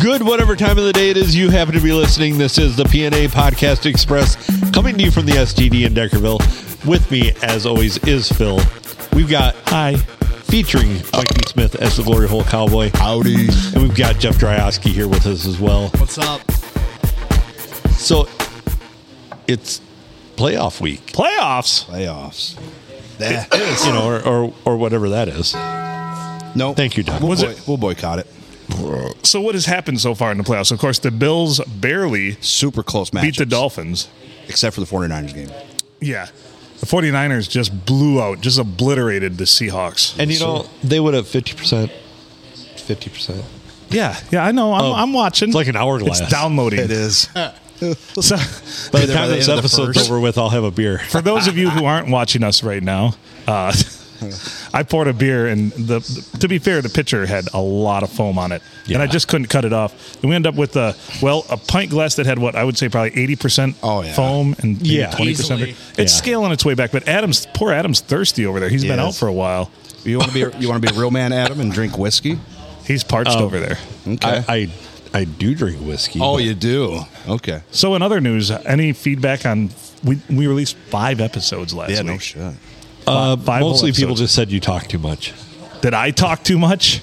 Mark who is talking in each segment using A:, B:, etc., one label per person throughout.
A: Good, whatever time of the day it is you happen to be listening. This is the PNA Podcast Express coming to you from the STD in Deckerville. With me, as always, is Phil. We've got
B: Hi.
A: featuring Mike B. Smith as the Glory Hole Cowboy,
C: Howdy.
A: and we've got Jeff Dryoski here with us as well.
D: What's up?
A: So it's playoff week,
B: Playoffs.
C: Playoffs. There.
A: you know, or, or or whatever that is.
C: No.
A: Thank you, Doc.
C: We'll,
B: Was
C: boy-
B: it-
C: we'll boycott it.
B: So what has happened so far in the playoffs? Of course, the Bills barely
C: Super close match.
B: beat the Dolphins.
C: Except for the 49ers game.
B: Yeah. The 49ers just blew out, just obliterated the Seahawks.
A: And you know, they would have fifty percent, fifty percent.
B: yeah, yeah, I know. I'm, I'm watching.
A: Oh, It's like an hourglass.
B: It's downloading.
C: is.
B: So,
A: By the
C: Either by
A: time
C: the
A: this
C: end of the
A: episode's
C: first.
A: over with, I'll have a beer.
B: for those of you who aren't watching us right now, uh, I poured a beer, and the, to be fair, the pitcher had a lot of foam on it, and I
A: Yeah.
B: just couldn't cut it off. And we end up with a well, a pint glass that had what I would say probably eighty percent
C: Oh, yeah.
B: foam and
A: Yeah.
B: twenty percent.
D: Easily.
B: It's scaling its way back, but Adam's poor Adam's thirsty over there. He's been
C: Yes.
B: out for a while.
C: You want to be a, you want to be a real man, Adam, and drink whiskey?
B: He's parched
A: Oh.
B: over there.
C: Okay.
A: I, I I do drink whiskey.
C: oh,
A: but
C: you do. Okay.
B: So in other news, any feedback on we we released five episodes last
C: Yeah,
B: week.
C: no shit.
B: Uh, five whole
A: mostly people
B: episodes.
A: just said you talk too much.
B: did I talk too much?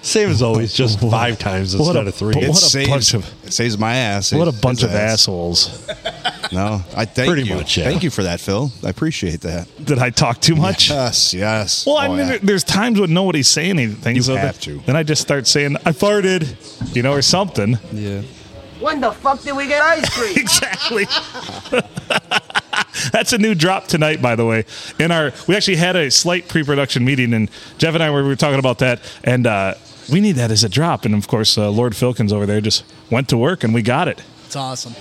A: Same as always, just five times
B: What
A: instead
B: a-
A: of three.
B: but
C: It
B: What a
C: saves,
B: bunch of-
C: it saves my ass.
B: What a
C: It's
B: bunch of
C: ass.
B: assholes.
C: No, I thank
A: Pretty
C: you.
A: much, yeah.
C: Thank you for that, Phil. I appreciate that.
B: Did I talk too much?
C: Yes, yes.
B: Well, I
C: Oh,
B: mean,
C: yeah.
B: there- there's times when nobody's saying anything.
C: You
B: so
C: have
B: that-
C: to.
B: Then I just start saying, I farted, you know, or something.
E: When the fuck did we get ice cream?
B: exactly. That's a new drop tonight, by the way. In our, we actually had a slight pre-production meeting, and Jeff and I were, we were talking about that, and uh, we need that as a drop. And of course, uh, Lord Filkins over there just went to work, and we got it.
D: It's awesome.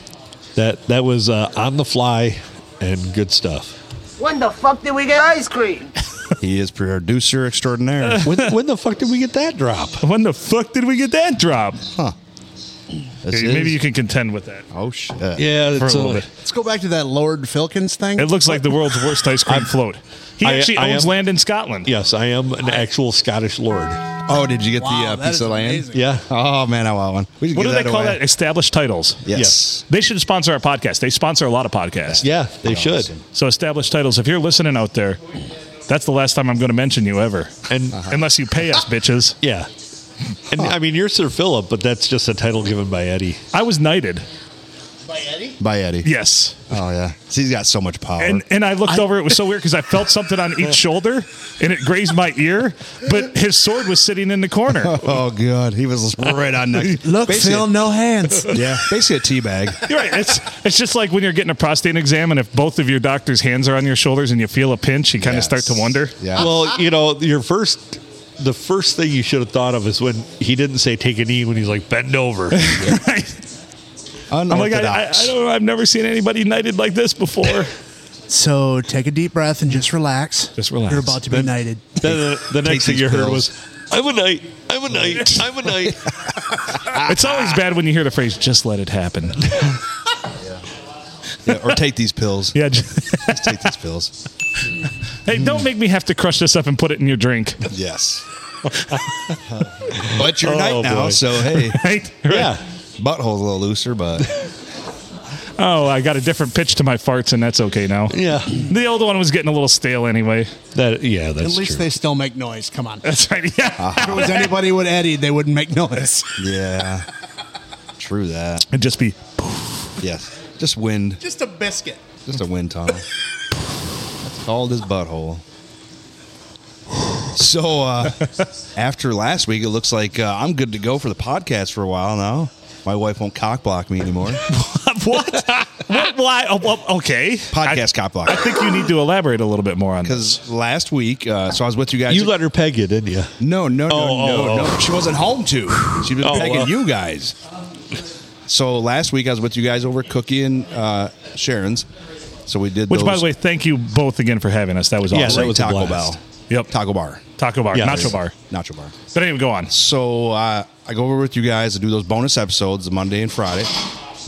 A: That that was uh, on the fly and good stuff.
E: When the fuck did we get ice cream?
C: he is producer extraordinaire.
B: Uh,
A: When, when the fuck did we get that drop?
B: When the fuck did we get that drop?
C: This
B: Okay, maybe
C: is-
B: you can contend with that.
C: Oh shit!
A: Yeah,
B: For a little bit.
F: Let's go back to that Lord Filkins thing.
B: It looks like the world's worst ice cream float. He
A: I-
B: actually
A: I
B: owns
A: am-
B: land in Scotland.
A: Yes, I am an actual Scottish lord.
C: Oh, did you get
D: Wow,
C: the
D: that
C: uh, piece
D: is
C: of land?
D: amazing.
A: Yeah.
C: Oh man, I want one. We should
B: What do
C: give
B: they call
C: away.
B: that? Established titles.
C: Yes.
B: They should sponsor our podcast. They sponsor a lot of podcasts.
A: Yeah, they should.
B: So established titles. If you're listening out there, that's the last time I'm going to mention you ever,
A: And
B: unless you pay us, bitches.
A: yeah. And I mean, you're Sir Philip, but that's just a title given by Eddie.
B: I was knighted.
C: By Eddie.
B: Yes,
C: Oh yeah. So he's got so much power.
B: and and I looked over. It was so weird because I felt something on each shoulder, and it grazed my ear. But his sword was sitting in the corner.
C: oh god, he was right on next.
F: Look,
C: Basically-
F: Phil, no hands.
C: Yeah, basically a tea bag.
B: You're right. It's it's just like when you're getting a prostate exam, and if both of your doctor's hands are on your shoulders, and you feel a pinch, you kind of
C: Yes.
B: start to wonder.
C: Yeah.
A: Well, you know, your first, the first thing you should have thought of is when he didn't say take a knee when he's like bend over.
B: I'm like, I, I, I
C: unorthodox.
B: don't know. I've never seen anybody knighted like this before.
F: So take a deep breath and just relax.
B: Just relax.
F: You're about to be knighted.
A: then the, the next thing
C: these
A: you heard
C: pills.
A: was I'm a knight. I'm a knight. I'm a knight.
B: it's always bad when you hear the phrase "just let it happen."
C: Yeah, or take these pills.
B: Yeah. j-
C: Just take these pills.
B: Hey, don't make me have to crush this up and put it in your drink.
C: Yes. but you're
A: Oh,
C: night now,
A: boy.
C: so hey,
B: Right?
A: Yeah.
C: butthole's a little looser, but
B: Oh, I got a different pitch to my farts, and that's okay now.
A: Yeah.
B: The old one was getting a little stale anyway.
A: That yeah, that's
F: At least
A: true.
F: they still make noise. Come on. if
B: That's right. Yeah.
C: Ah.
F: it was anybody with Eddie, they wouldn't make noise.
C: yeah. True that.
B: It'd just be.
C: Yes. Just wind.
F: Just a biscuit.
C: Just a wind tunnel. That's called his butthole. So uh, after last week, it looks like uh, I'm good to go for the podcast for a while now. My wife won't cock block me anymore.
B: what? what? Why? Oh, well, okay.
C: Podcast cock block.
B: I think you need to elaborate a little bit more on this.
C: Because last week, uh, so I was with you guys.
A: you let her peg you, didn't you?
C: no, no, no,
A: Oh,
C: no,
A: oh,
C: no.
A: oh.
C: She wasn't home to. She was
A: Oh,
C: begging
A: well.
C: you guys. So last week, I was with you guys over at Cookie and uh, Sharon's. So we did.
B: Which,
C: those
B: by the way, thank you both again for having us. That was
A: Yeah,
B: awesome.
A: that was a
C: Taco
A: blast.
C: Bell,
B: Yep.
C: Taco Bar,
B: Taco bar,
A: Yeah, there's-
B: nacho bar.
C: Nacho Bar.
B: But anyway, go on.
C: So uh, I go over with you guys to do those bonus episodes Monday and Friday,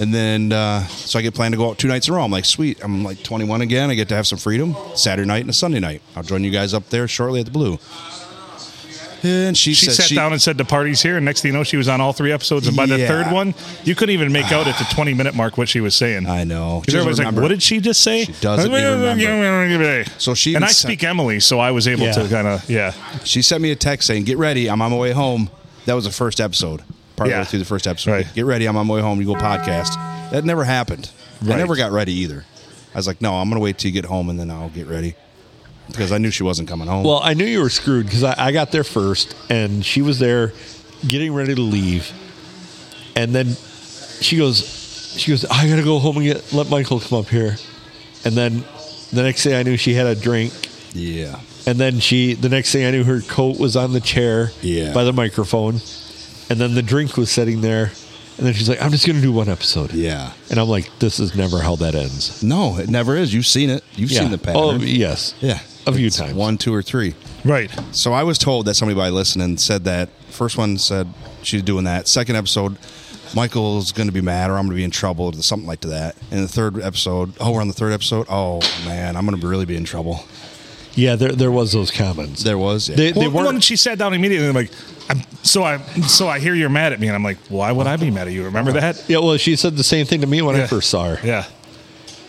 C: and then uh, so I get planned to go out two nights in a row. I'm like, sweet, I'm like 21 again. I get to have some freedom. Saturday night and a Sunday night. I'll join you guys up there shortly at the Blue. And she,
B: She
C: said
B: sat
C: she,
B: down and said the party's here, and next thing you know, she was on all three episodes. And by the
C: Yeah. Ah.
B: third one, you couldn't even make out at the twenty minute mark what she was saying.
C: I know. She
B: Because
C: doesn't
B: everybody's like,
C: remember.
B: "What did she just say?"
C: She doesn't even remember. So she
B: and
C: even
B: I
C: sent-
B: speak Emily, so I was able
A: Yeah.
B: to kind of yeah.
C: She sent me a text saying, "Get ready, I'm on my way home." That was the first episode, partway
B: Yeah.
C: through the first episode.
B: Right.
C: Get ready, I'm on my way home. You go podcast. That never happened.
B: Right.
C: I never got ready either. I was like, "No, I'm gonna wait till you get home and then I'll get ready," because I knew she wasn't coming home.
A: Well, I knew you were screwed because I, I got there first, and she was there getting ready to leave, and then she goes, she goes, I gotta go home and get let Michael come up here, and then the next thing I knew, she had a drink,
C: yeah,
A: and then she, the next thing I knew, her coat was on the chair
C: Yeah.
A: by the microphone, and then the drink was sitting there, and then she's like, I'm just gonna do one episode,
C: yeah.
A: and I'm like, this is never how that ends.
C: No, it never is. You've seen it. You've
A: Yeah.
C: seen the pattern.
A: Oh yes.
C: yeah,
A: A few
C: It's
A: times.
C: One, two, or three.
B: Right.
C: So I was told that somebody by listening said that first one said she's doing that. Second episode, Michael's going to be mad or I'm going to be in trouble or something like that. And the third episode, oh, we're on the third episode. Oh man, I'm going to really be in trouble.
A: Yeah. There there was those comments.
C: There was. Yeah.
A: They-
B: Well, the
A: weren't-
B: one she sat down immediately. I'm like, I'm, so I so I hear you're mad at me, and I'm like, why would I be mad at you? Remember that?
A: Yeah, well, she said the same thing to me when I first saw her.
B: Yeah.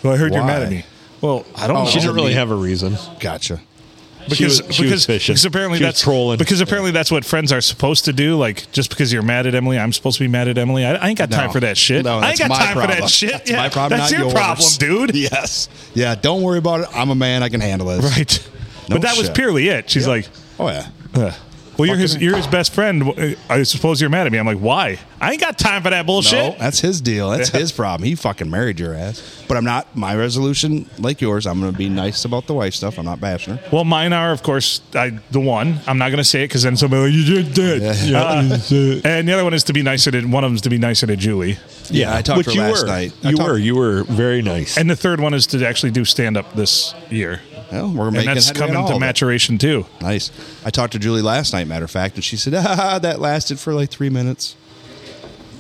B: Well, I heard you're
C: Why?
B: mad at me. Well, I don't.
C: Oh,
B: know.
A: She didn't really have a reason.
C: gotcha.
A: She
B: because
A: was- she was
B: because,
A: fishing.
B: because apparently
A: She was
B: that's
A: trolling.
B: Because apparently that's what friends are supposed to do. Like just because you're mad at Emily, I'm supposed to be mad at Emily. I, I ain't got
C: No.
B: time for that shit.
C: No,
B: I ain't
C: that's
B: got
C: my
B: time for that
C: problem.
B: shit.
C: That's
B: yeah.
C: my problem,
B: That's
C: not
B: your
C: yours.
B: problem, dude.
C: Yes. Yeah. Don't worry about it. I'm a man. I can handle this.
B: Right.
C: No
B: but that was
C: shit.
B: purely it. She's like,
C: Oh yeah.
B: uh, well, you're his
C: Fucking-
B: you're his best friend. W- uh, I suppose you're mad at me. I'm like, why? I ain't got time for that
C: No,
B: bullshit.
C: that's his deal. That's
B: Yeah.
C: his problem. He fucking married your ass. But I'm not. My resolution, like yours, I'm going to be nice about the wife stuff. I'm not bashing her.
B: Well, mine are, of course, I, the one. I'm not going to say it because then somebody will be like, you did that.
C: Yeah.
B: Uh, and the other one is to be nicer to, one of them is to be nicer to Julie.
C: Yeah, I talked
A: Which
C: to her
A: you
C: last
A: were.
C: night. I
A: You
C: talked-
A: were. You were very nice.
B: And the third one is to actually do stand up this year.
C: Well, we're making
B: and that's
C: headway in
B: coming
C: all
B: to
C: of it.
B: maturation too.
C: Nice. I talked to Julie last night, matter of fact, and she said, ah, that lasted for like three minutes.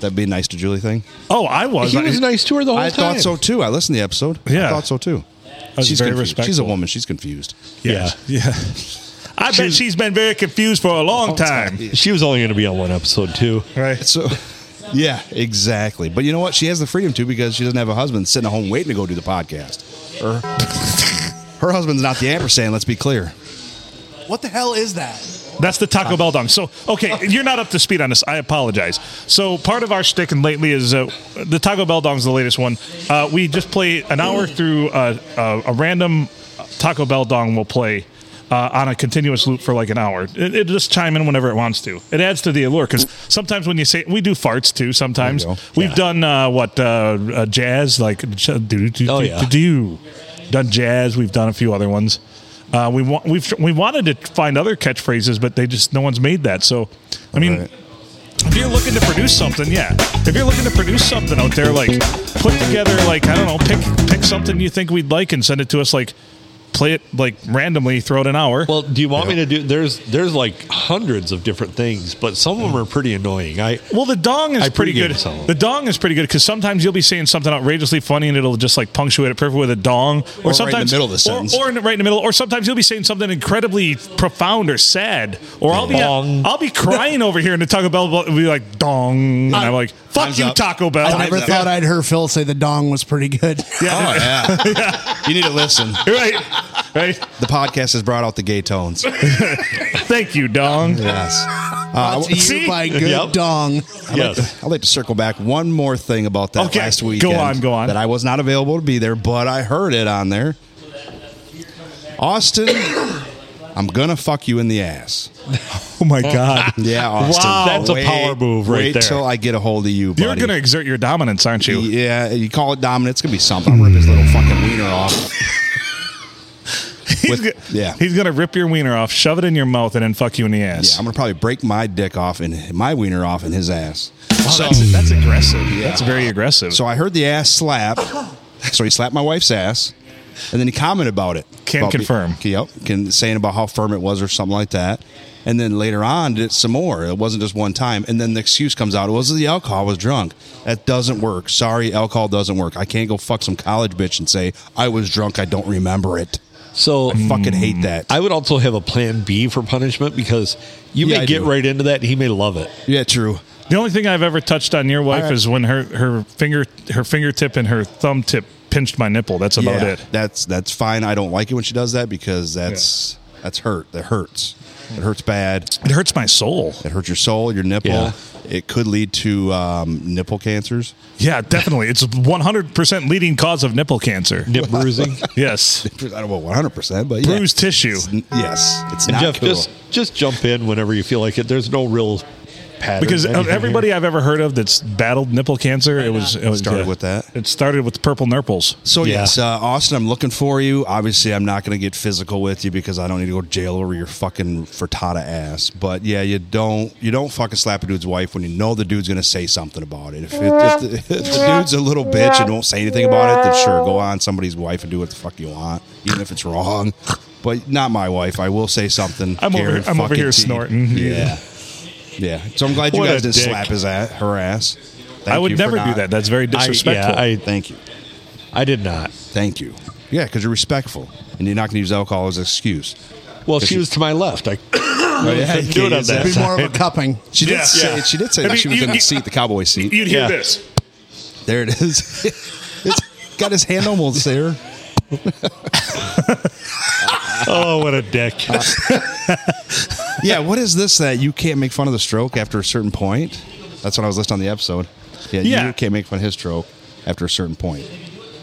C: That'd be a nice to Julie thing.
B: Oh, I was.
A: he
B: I-
A: was nice to her the whole
C: I
A: time.
C: thought so too. I listened to the episode.
B: Yeah.
C: I thought so too.
B: was
C: She's confused. She's
B: very
C: a
B: respectful.
C: woman. She's confused.
B: Yeah, yeah. I bet she's been very confused for a long time.
A: She was only going to be on one episode too.
B: Right.
C: So, yeah, exactly. But you know what? She has the freedom to because she doesn't have a husband sitting at home waiting to go do the podcast. Her, her husband's not the ampersand, let's be clear.
F: What the hell is that?
B: That's the Taco Bell dunk. So, okay, you're not up to speed on this. I apologize. So, part of our shtick and lately is uh, the Taco Bell dong's the latest one. Uh, we just play an hour through uh, uh, a random Taco Bell dong. We'll play. Uh, on a continuous loop for like an hour, it, it just chime in whenever it wants to. It adds to the allure because sometimes when you say we do farts too. Sometimes
C: There you go.
B: we've done uh, what uh, uh, jazz like do do do
A: Oh,
B: do,
A: yeah.
B: do. Done jazz. We've done a few other ones. Uh, we want we've we wanted to find other catchphrases, but they just no one's made that. So, I mean,
C: Right.
B: if you're looking to produce something, yeah. If you're looking to produce something out there, like put together like I don't know, pick pick something you think we'd like and send it to us. Like play it like randomly, throw it an hour.
A: Well, do you want me to do? There's there's like hundreds of different things, but some of them are pretty annoying. I
B: Well, the dong is
A: I
B: pretty
A: pregame
B: good.
A: some.
B: The dong is pretty good because sometimes you'll be saying something outrageously funny and it'll just like punctuate it perfect with a dong,
C: right in the
B: sometimes
C: middle of the
B: or-
C: sentence.
B: or, in, right in the middle, or sometimes you'll be saying something incredibly profound or sad, or I'll be uh,
A: Dong.
B: I'll be crying over here and the Taco Bell will be like dong, and I'm like fuck
C: Time's
B: you
C: up.
B: Taco Bell.
C: I
F: I never
C: know.
F: thought I'd heard Phil say the dong was pretty good.
C: Oh, yeah. You need to listen.
B: right, right.
C: The podcast has brought out the gay tones.
B: Thank you dong.
C: Yes. Uh,
F: Brought to you
B: see?
F: by good
A: Yep.
F: dong.
A: yes,
C: I'd like to circle back one more thing about that
B: Okay,
C: last
B: go
C: weekend.
B: on, go on.
C: That I was not available to be there, but I heard it on there. Austin, I'm gonna fuck you in the ass.
B: Oh my god.
C: Yeah, Austin.
B: Wow. That's
A: a power move right
C: wait
A: there.
C: till I get a hold of you, buddy.
B: You're gonna exert your dominance, aren't you?
C: yeah, you call it dominant. It's gonna be something. I'm gonna rip his little fucking wiener off.
B: He's
C: With-
B: go-
C: yeah.
B: He's gonna rip your wiener off, shove it in your mouth, and then fuck you in the ass.
C: Yeah, I'm gonna probably break my dick off and my wiener off in his ass.
B: Wow, that's, that's aggressive. That's very aggressive.
C: So I heard the ass slap. So he slapped my wife's ass, and then he commented about it.
B: Can
C: About
B: confirm.
C: yep. Can saying about how firm it was or something like that. And then later on, did it some more. It wasn't just one time. And then the excuse comes out: it was the alcohol. I was drunk. That doesn't work. Sorry, alcohol doesn't work. I can't go fuck some college bitch and say I was drunk. I don't remember it.
A: So
C: Fucking
B: Hmm.
C: hate that.
A: I would also have a plan B for punishment because you
C: Yeah,
A: may
C: I
A: get
C: do.
A: right into that and he may love it.
C: yeah, true.
B: The only thing I've ever touched on your wife
C: All right.
B: is when her her finger her fingertip and her thumb tip pinched my nipple. That's about
C: yeah,
B: it.
C: That's that's fine. I don't like it when she does that because that's that's hurt. That hurts. It hurts bad.
B: It hurts my soul.
C: It hurts your soul, your nipple.
A: Yeah.
C: It could lead to um, nipple cancers.
B: Yeah, definitely. It's 100% leading cause of nipple cancer.
A: Nip bruising.
B: Yes.
C: I don't know, one hundred percent, but yeah.
B: Bruised tissue.
C: It's n- yes, it's
A: And
C: not
A: Jeff,
C: cool.
A: just just jump in whenever you feel like it. There's no real pattern.
B: Because
A: anything
B: of
A: here.
B: everybody I've ever heard of that's battled nipple cancer, it was, it was
C: Started
B: yeah.
C: with that.
B: It started with purple nurples.
C: So
A: Yeah.
C: yes, uh, Austin, I'm looking for you. Obviously, I'm not going to get physical with you because I don't need to go to jail over your fucking frittata ass. But yeah, you don't you don't fucking slap a dude's wife when you know the dude's going to say something about it. If, it, if, the, if the dude's a little bitch and won't say anything about it, then sure, go on somebody's wife and do what the fuck you want, even if it's wrong. But not my wife. I will say something.
B: I'm over-
C: Guaranteed.
B: I'm over here snorting.
C: Yeah, yeah. So I'm glad you
B: What a
C: guys didn't
B: dick.
C: slap his ass, her ass. Thank
B: I would
C: you for
B: never do
C: not-
B: that. That's very
A: I,
B: disrespectful.
A: yeah, I,
C: Thank you.
A: I did not.
C: Thank you. Yeah, because you're respectful and you're not going to use alcohol as an excuse.
A: Well, she was to my left. I
B: Oh,
A: really couldn't do it on
F: It'd
A: that.
F: be more of a cupping.
C: She did
B: Yeah.
C: say
B: Yeah.
C: she did say
B: I
C: that
B: mean,
C: she was
B: you-
C: in the
B: you-
C: seat, the cowboy seat.
B: You'd hear
A: Yeah.
B: this.
C: there it is. it's got his hand almost there.
A: Oh, what a dick!
C: Yeah, what is this that you can't make fun of the stroke after a certain point? That's when I was listening on the episode. Yeah,
B: Yeah.
C: you can't make fun of his stroke after a certain point.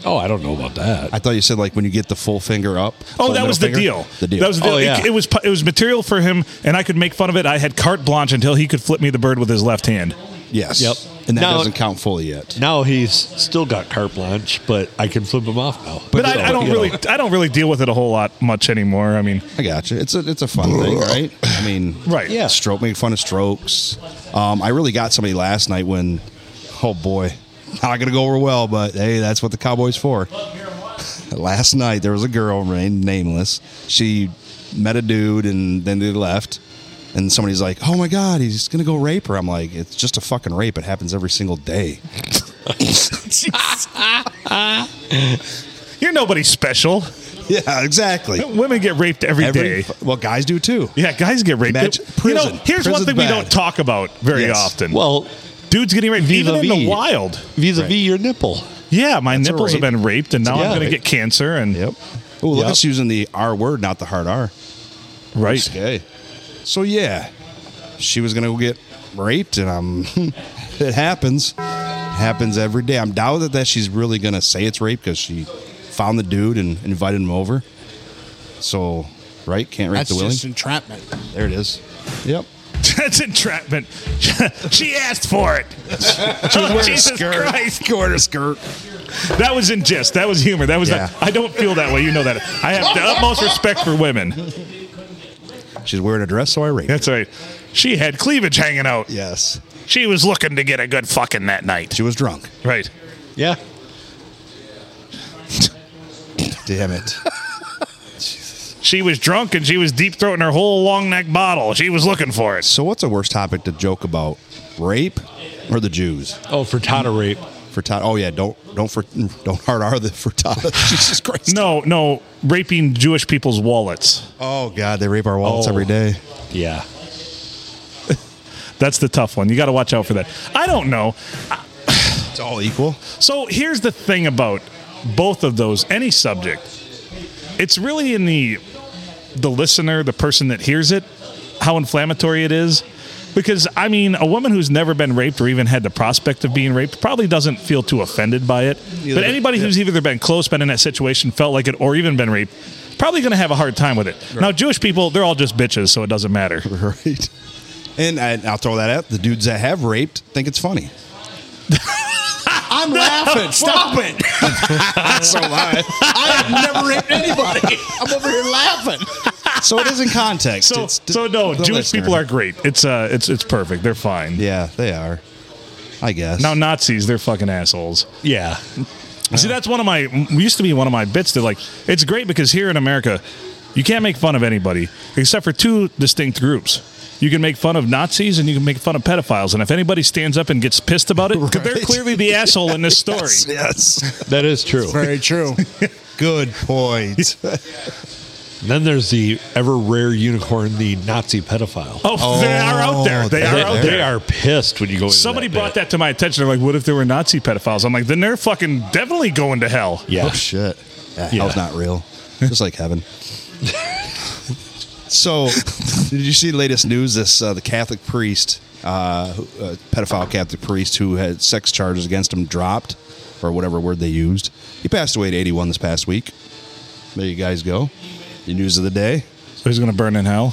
A: oh, I don't know about that.
C: I thought you said like when you get the full finger up. full
B: Oh, that
C: middle
B: was the
C: finger.
B: deal.
C: The deal.
B: That was the deal.
A: Oh, yeah.
B: it, it was pu- it was material for him, and I could make fun of it. I had carte blanche until he could flip me the bird with his left hand.
C: yes.
A: Yep.
C: And that
A: Now-
C: doesn't count fully yet.
A: Now he's still got carte blanche, but I can flip him off now.
B: But
A: So,
B: I, I don't
A: you
B: really,
A: know.
B: I don't really deal with it a whole lot much anymore. I mean,
C: I got you. It's a it's a fun thing, right? I mean,
B: Right.
C: Yeah,
B: Yeah.
C: stroke making fun of strokes. Um, I really got somebody last night when, oh boy, not gonna go over well, but hey, that's what the Cowboys for. last night there was a girl named Nameless. She met a dude and then they left. And somebody's like, "Oh my God, he's gonna go rape her." I'm like, "It's just a fucking rape. It happens every single day."
B: you're nobody special.
C: yeah, exactly.
B: Women get raped every day.
C: Every, well, guys do too.
B: Yeah, guys get raped.
C: Imagine-
B: you know,
C: prison.
B: here's one
C: Prison's
B: thing we
C: bad.
B: don't talk about very
C: Yes.
B: often.
A: Well,
B: dudes getting raped even in the
A: vis-a-vis.
B: wild.
A: vis-a-vis your nipple.
B: Yeah, my
C: That's a
B: nipples have
C: rape.
B: been raped, and now
A: Yeah.
B: I'm going to get cancer. And
C: Yep. Oh, look,
A: Yep.
C: us using the R word, not the hard R.
B: right,
C: Okay. So yeah, she was gonna go get raped, and I'm. it happens. It happens every day. I'm doubted that she's really gonna say it's rape because she found the dude and invited him over. So, right? Can't rape
F: That's
C: the willing.
F: just entrapment.
C: there it is. Yep.
B: that's entrapment. she asked for it. oh, Jesus Christ.
C: Quarter skirt.
B: That was in jest. That was humor. That was
C: Yeah.
B: not, I don't feel that way. You know that. I have the utmost respect for women.
C: She's wearing a dress, so I raped. her.
B: That's right. She had cleavage hanging out.
C: Yes.
B: She was looking to get a good fucking that night.
C: She was drunk.
B: Right.
A: Yeah.
C: Damn it.
B: She was drunk and she was deep throating her whole long neck bottle. She was looking for it.
C: so, what's a worse topic to joke about? Rape or the Jews?
A: Oh, for Tata rape.
C: Frittata. Oh yeah, don't don't for don't hard R the frittata. Jesus Christ.
B: No, no, raping Jewish people's wallets.
C: Oh God, they rape our wallets
A: Oh.
C: every day.
A: Yeah.
B: That's the tough one. You got to watch out for that. I don't know.
C: It's all equal.
B: So here's the thing about both of those, any subject. It's really in the the listener, the person that hears it, how inflammatory it is. Because I mean, a woman who's never been raped or even had the prospect of being raped probably doesn't feel too offended by it. but anybody who's either been close, been in that situation, felt like it, or even been raped, probably going to have a hard time with it. Now, Jewish people, they're all just bitches, so it doesn't matter.
C: Right. And I, I'll throw that out. The dudes that have raped think it's funny.
F: I'm laughing. Stop it.
C: So, I-
F: I have never raped anybody. I'm over here laughing.
C: so it is in context.
B: So,
C: It's-
B: so no,
C: the
B: Jewish
C: listener.
B: people are great. It's uh, it's it's perfect. They're fine.
C: Yeah, they are. I guess.
B: Now Nazis, they're fucking assholes.
A: Yeah.
B: See, that's one of my used to be one of my bits that like it's great because here in America, you can't make fun of anybody except for two distinct groups. You can make fun of Nazis and you can make fun of pedophiles. And if anybody stands up and gets pissed about it, 'cause they're
C: Right.
B: clearly the asshole in this story.
C: Yes. yes.
A: That is true.
F: Very true.
C: Good point.
A: Then there's the ever rare unicorn, the Nazi pedophile.
B: Oh, they are out there. They are
A: they,
B: out
A: they
B: there.
A: are pissed when you go. into
B: Somebody
A: that
B: brought
A: bit.
B: that to my attention. They're like, "What if there were Nazi pedophiles?" I'm like, "Then they're fucking definitely going to hell."
A: Yeah.
C: Oh shit. Yeah,
A: Yeah.
C: hell's not real. Just like heaven. so, did you see the latest news? This uh, the Catholic priest, uh, who- uh, pedophile Catholic priest who had sex charges against him dropped, or whatever word they used. He passed away at 81 this past week. There you guys go. The news of the day.
B: So he's going to burn in hell.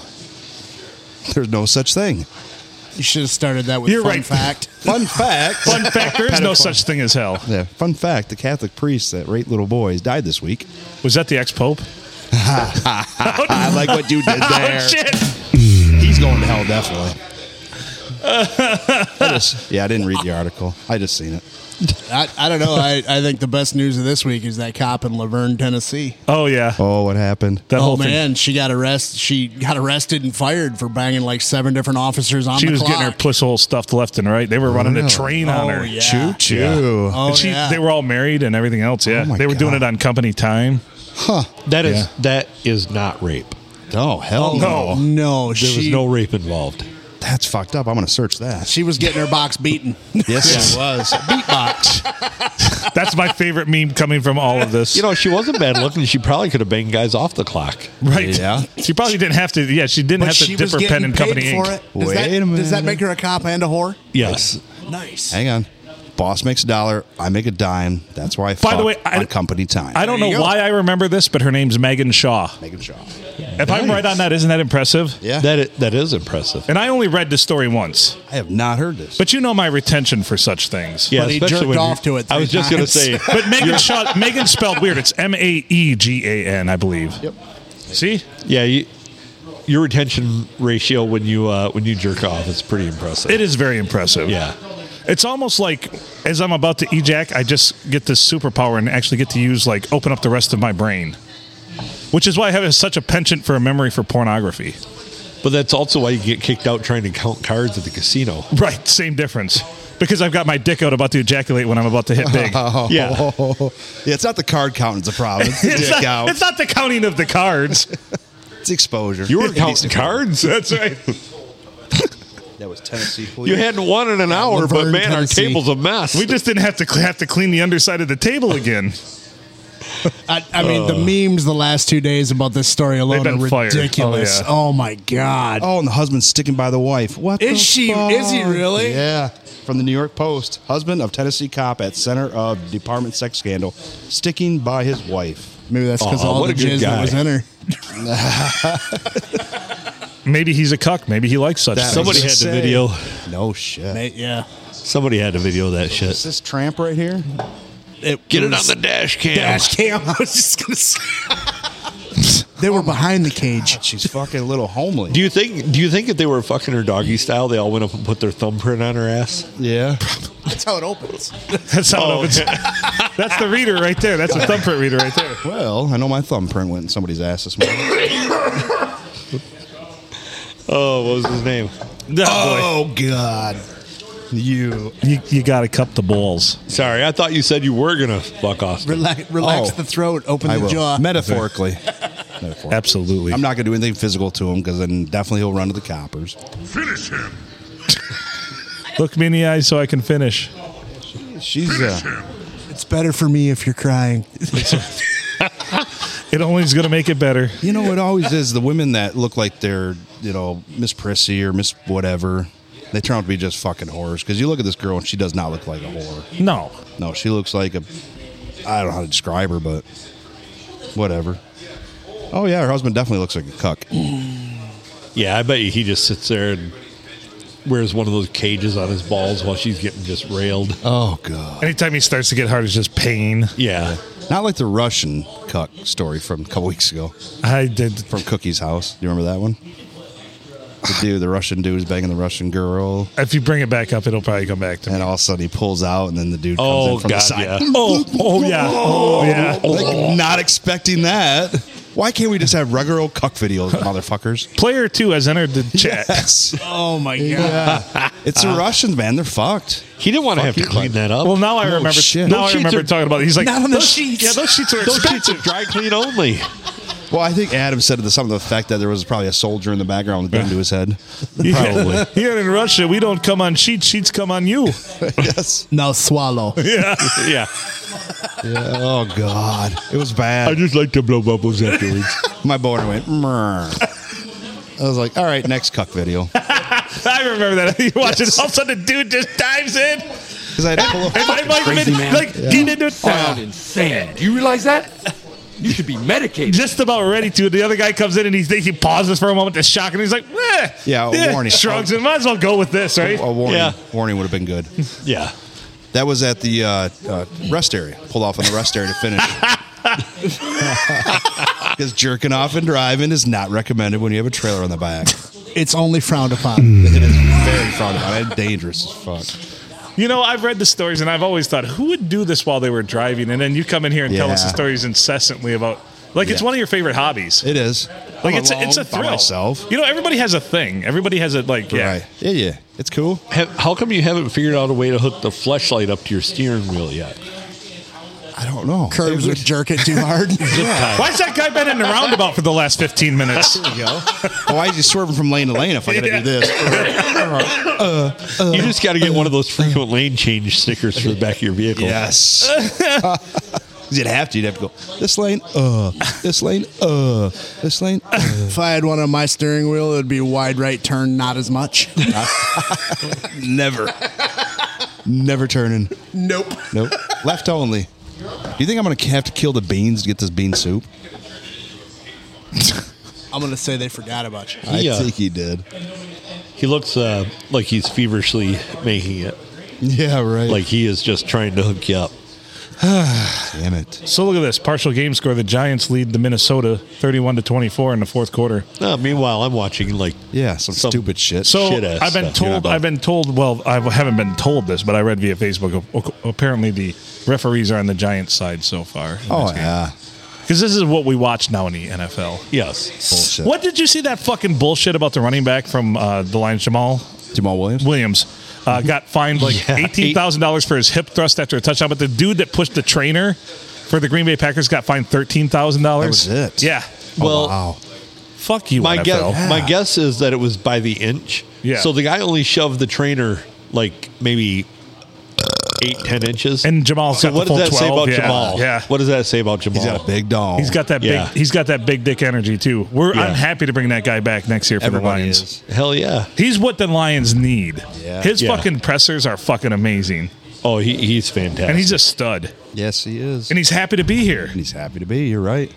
C: There's no such thing.
F: You should have started that with
B: You're
F: fun
B: right.
F: fact.
C: Fun fact.
B: Fun fact: there is no such thing as hell.
C: Yeah, fun fact: the Catholic priest that raped little boys died this week.
B: Was that the ex pope?
C: I like what you did there.
B: Oh shit!
C: He's going to hell, definitely. I just- yeah, I didn't read the article. I just seen it.
F: I, I don't know. I, I think the best news of this week is that cop in Laverne, Tennessee.
B: Oh yeah.
C: Oh, what happened?
B: That
F: Oh
B: whole thing.
F: man, she got arrested. She got arrested and fired for banging like seven different officers on
B: She
F: the
B: was
F: clock.
B: getting her puss hole stuffed left and right. They were running a
C: Really?
B: train on
F: Oh,
B: her.
F: yeah.
C: Choo choo.
F: Oh,
B: And she,
F: yeah. Oh,
B: They were all married and everything else. Yeah,
C: my
B: they were doing
C: God.
B: it on company time.
A: That is
B: Yeah.
A: that is not rape.
C: No, hell
B: no.
C: no.
F: no,
A: There
F: she
A: was no rape involved.
C: That's fucked up. I'm gonna search that.
F: she was getting her box beaten.
C: Yes, it was.
F: Beatbox.
B: That's my favorite meme coming from all of this.
A: You know, she wasn't bad looking. She probably could have banged guys off the clock.
B: right?
C: Yeah.
B: She probably didn't have to. Yeah, she didn't
F: But
B: have to
F: she
B: dip
F: was
B: her
F: getting
B: pen in
F: paid
B: company ink.
F: for it. Does
C: Wait
F: that,
C: a
F: Does that
C: minute.
F: make her a cop and a whore?
A: Yes.
F: Nice.
C: Hang on. Boss makes a dollar. I make a dime. That's why I.
B: By the
C: fuck
B: way, I-
C: on company time.
B: I don't
F: There you
B: know
F: go.
B: why I remember this, but her name's Megan Shaw.
C: Megan Shaw.
B: If I'm right on that, isn't that impressive?
C: Yeah.
A: That i- that is impressive.
B: And I only read this story once,
C: I have not heard this.
B: but you know my retention for such things.
A: Yeah,
F: But he
A: especially
F: jerked
A: when
F: off
A: you-
F: to it
A: I was
F: three
A: just going to
F: times.
A: say
B: But Megan Shaw, Megan spelled weird. It's M A E G A N, I believe. Yep. See,
A: Yeah, you, your retention ratio when you uh, when you jerk off is pretty impressive.
B: it is very impressive.
A: Yeah,
B: It's almost like as I'm about to ejac, I just get this superpower and actually get to use like open up the rest of my brain. Which is why I have such a penchant for a memory for pornography.
A: but that's also why you get kicked out trying to count cards at the casino.
B: Right, same difference. Because I've got my dick out about to ejaculate when I'm about to hit big.
C: Oh,
A: Yeah.
C: yeah. It's not the card counting's the problem. It's the
B: it's,
C: dick
B: not,
C: out.
B: it's not the counting of the cards.
C: It's exposure.
A: You were
C: It needs
A: counting
C: to-
A: cards.
B: That's right.
C: That was Tennessee. Police.
A: You hadn't won in an hour, but
F: Laverne,
A: man, our
F: Tennessee.
A: table's a mess.
B: We just didn't have to have to clean the underside of the table again.
F: I, I mean, the memes the last two days about this story alone
B: They've
F: are
B: been fired.
F: ridiculous.
B: Oh,
F: Oh, my god.
C: Oh, and the husband's sticking by the wife. What
F: Is
C: the
F: she-
C: fuck?
F: is he really?
C: Yeah. From the New York Post, husband of Tennessee cop at center of department sex scandal, sticking by his wife.
F: Maybe that's because
A: Aw,
F: all
A: what
F: the
A: a good
F: jizz that
A: guy.
F: was in her.
B: Maybe he's a cuck. Maybe he likes such
C: That
B: things.
A: Somebody had to
C: Say.
A: video.
C: No shit.
F: Mate, yeah.
A: Somebody had to video that
C: Is
A: shit.
C: this tramp right here?
A: Get it on the dash cam.
F: dash cam. I was just gonna say. they were behind the cage.
C: She's fucking a little homely.
A: Do you think? Do you think if they were fucking her doggy style, they all went up and put their thumbprint on her ass?
C: yeah.
F: That's how it opens.
B: That's how it opens. That's the reader right there. That's a thumbprint reader right there.
C: Well, I know my thumbprint went in somebody's ass this morning.
A: Oh, what was his name?
B: Oh,
C: God. You.
B: boy. You, you got to cup the balls.
A: Sorry, I thought you said you were gonna fuck Austin.
F: Relax, relax
C: Oh.
F: the throat. Open
C: I
F: the
C: will.
F: jaw.
C: Metaphorically. Metaphorically.
B: Absolutely.
C: I'm not going to do anything physical to him because then definitely he'll run to the coppers.
B: Look me in the eye so I can finish.
C: She's uh,
F: it's better for me if you're crying.
B: It only is going to make it better.
C: You know, it always is the women that look like they're, you know, Miss Prissy or Miss whatever. They turn out to be just fucking whores. Because you look at this girl and she does not look like a whore.
B: No.
C: No, she looks like a. I don't know how to describe her, but whatever. Oh yeah, her husband definitely looks like a cuck.
A: Yeah, I bet you he just sits there and wears one of those cages on his balls while she's getting just railed.
C: Oh god.
B: Anytime he starts to get hard, it's just pain.
A: Yeah.
C: Not like the Russian cuck story from a couple weeks ago
B: I did.
C: from Cookie's house. Do you remember that one? The dude, the Russian dude, is banging the Russian girl,
B: If you bring it back up, it'll probably come back to me.
C: and all of a sudden he pulls out, and then the dude comes
A: Oh
C: in from
A: god.
C: the side.
A: Yeah.
B: Oh, oh yeah. Oh, yeah.
C: Like, not expecting that. Why can't we just have regular old cuck videos, motherfuckers?
B: Player two has entered the chat.
C: Yes.
F: Oh my god.
C: Yeah. It's the Russians, man. They're fucked.
A: He didn't want to have to
C: you,
A: clean
C: bud.
A: that up.
B: Well, now I
C: No
B: remember.
C: shit.
B: Now
A: Those
B: I remember
A: sheets are-
B: talking about it. He's like,
F: Not on the
B: "Those-
F: sheets."
B: Yeah, those sheets are
A: those sheets
B: expensive.
A: are dry clean only.
C: Well, I think Adam said to some of the effect that there was probably a soldier in the background with a gun to his head. Probably.
B: Here in Russia, we don't come on sheets, sheets come on you.
C: yes.
F: Now swallow.
B: Yeah.
A: Yeah.
C: Oh God, it was bad.
A: I just like to blow bubbles afterwards.
C: My boner went. "Mrr." I was like, all right, next cuck video.
B: I remember that. You watch it, all of a sudden, the dude just dives in.
C: Because I had to pull up.
B: And I might have been like, he did it.
D: Found in sand. Do you realize that? You should be medicated.
B: just about ready to. The other guy comes in and he thinks he pauses for a moment to shock, and he's like, eh,
C: Yeah, a warning.
B: shrugs and might as well go with this, right?
C: A warning.
A: Yeah.
C: Warning would have been good.
A: yeah.
C: That was at the uh, uh, rest area. Pulled off on the rest area to finish. Because jerking off and driving is not recommended when you have a trailer on the back.
F: It's only frowned
A: Mm.
F: upon.
C: It is very frowned upon and dangerous as fuck.
B: You know, I've read the stories and I've always thought, who would do this while they were driving? And then you come in here and tell us the
C: Yeah.
B: stories incessantly about, like, it's
C: Yeah.
B: one of your favorite hobbies.
C: It is.
B: like,
C: I'm
B: it's a, it's a
C: alone by
B: thrill.
C: myself.
B: You know, everybody has a thing. Everybody has a like, yeah.
C: Right. Yeah, yeah. It's cool.
A: Ha- How come you haven't figured out a way to hook the flashlight up to your steering wheel yet?
C: I don't know.
F: Curbs would jerk it too hard.
B: Why's that guy been in the roundabout for the last 15 minutes?
C: There you go. Oh, Why is he swerving from lane to lane if I gotta
B: Yeah.
C: do this?
A: you just got to get one of those frequent lane change stickers for the back of your vehicle.
C: yes. 'Cause you'd have to. You'd have to go this lane, uh, this lane, uh, this lane. uh."
F: if I had one on my steering wheel, it would be wide right turn, not as much.
C: Never. Never turning.
F: nope.
C: Nope. Left only. Do you think I'm gonna have to kill the beans to get this bean soup?
F: I'm gonna say they forgot about you.
C: I
A: Yeah.
C: think he did.
A: He looks uh, like he's feverishly making it.
C: Yeah, right.
A: Like he is just trying to hook you up.
C: damn it.
B: so look at this partial game score. The Giants lead the Minnesota 31 to 24 in the fourth quarter.
A: Uh, meanwhile, I'm watching like
C: Yeah, some,
A: Some-
C: stupid shit.
B: So
A: Shit-ass
B: I've been
A: stuff, you know,
B: told.
A: about-
B: I've been told. Well, I haven't been told this, but I read via Facebook. a- a- Apparently, the referees are on the Giants' side so far.
C: oh yeah,
B: because this is what we watch now in the NFL.
A: yes,
C: bullshit.
B: What did you see that fucking bullshit about the running back from uh, the Lions, Jamal
C: Jamal Williams?
B: Williams? Uh, got fined like
A: Yeah.
B: eighteen thousand dollars for his hip thrust after a touchdown, but the dude that pushed the trainer for the Green Bay Packers got fined thirteen thousand dollars.
C: That was it.
B: Yeah.
A: Well,
C: Oh, wow.
B: Fuck you,
A: my
B: NFL.
A: guess my guess is that it was by the inch.
B: Yeah.
A: So the guy only shoved the trainer like maybe eight ten inches.
B: And Jamal's
A: so
B: got the
A: what does
B: full
A: that say
B: 12,
A: about
B: yeah,
A: Jamal?
B: yeah.
A: What does that say about Jamal?
C: He's got a big dong.
B: He's got that big.
A: Oh, Yeah.
B: He's got that big dick energy too. We're. I'm happy to bring that guy back next year for
C: Everybody
B: the Lions.
C: is.
A: Hell yeah.
B: He's what the Lions need.
C: Yeah.
B: His
A: Yeah.
B: fucking pressers are fucking amazing,
A: Oh, he, he's fantastic.
B: and he's a stud.
C: Yes, he is.
B: And he's happy to be here.
C: And he's happy to be. You're right.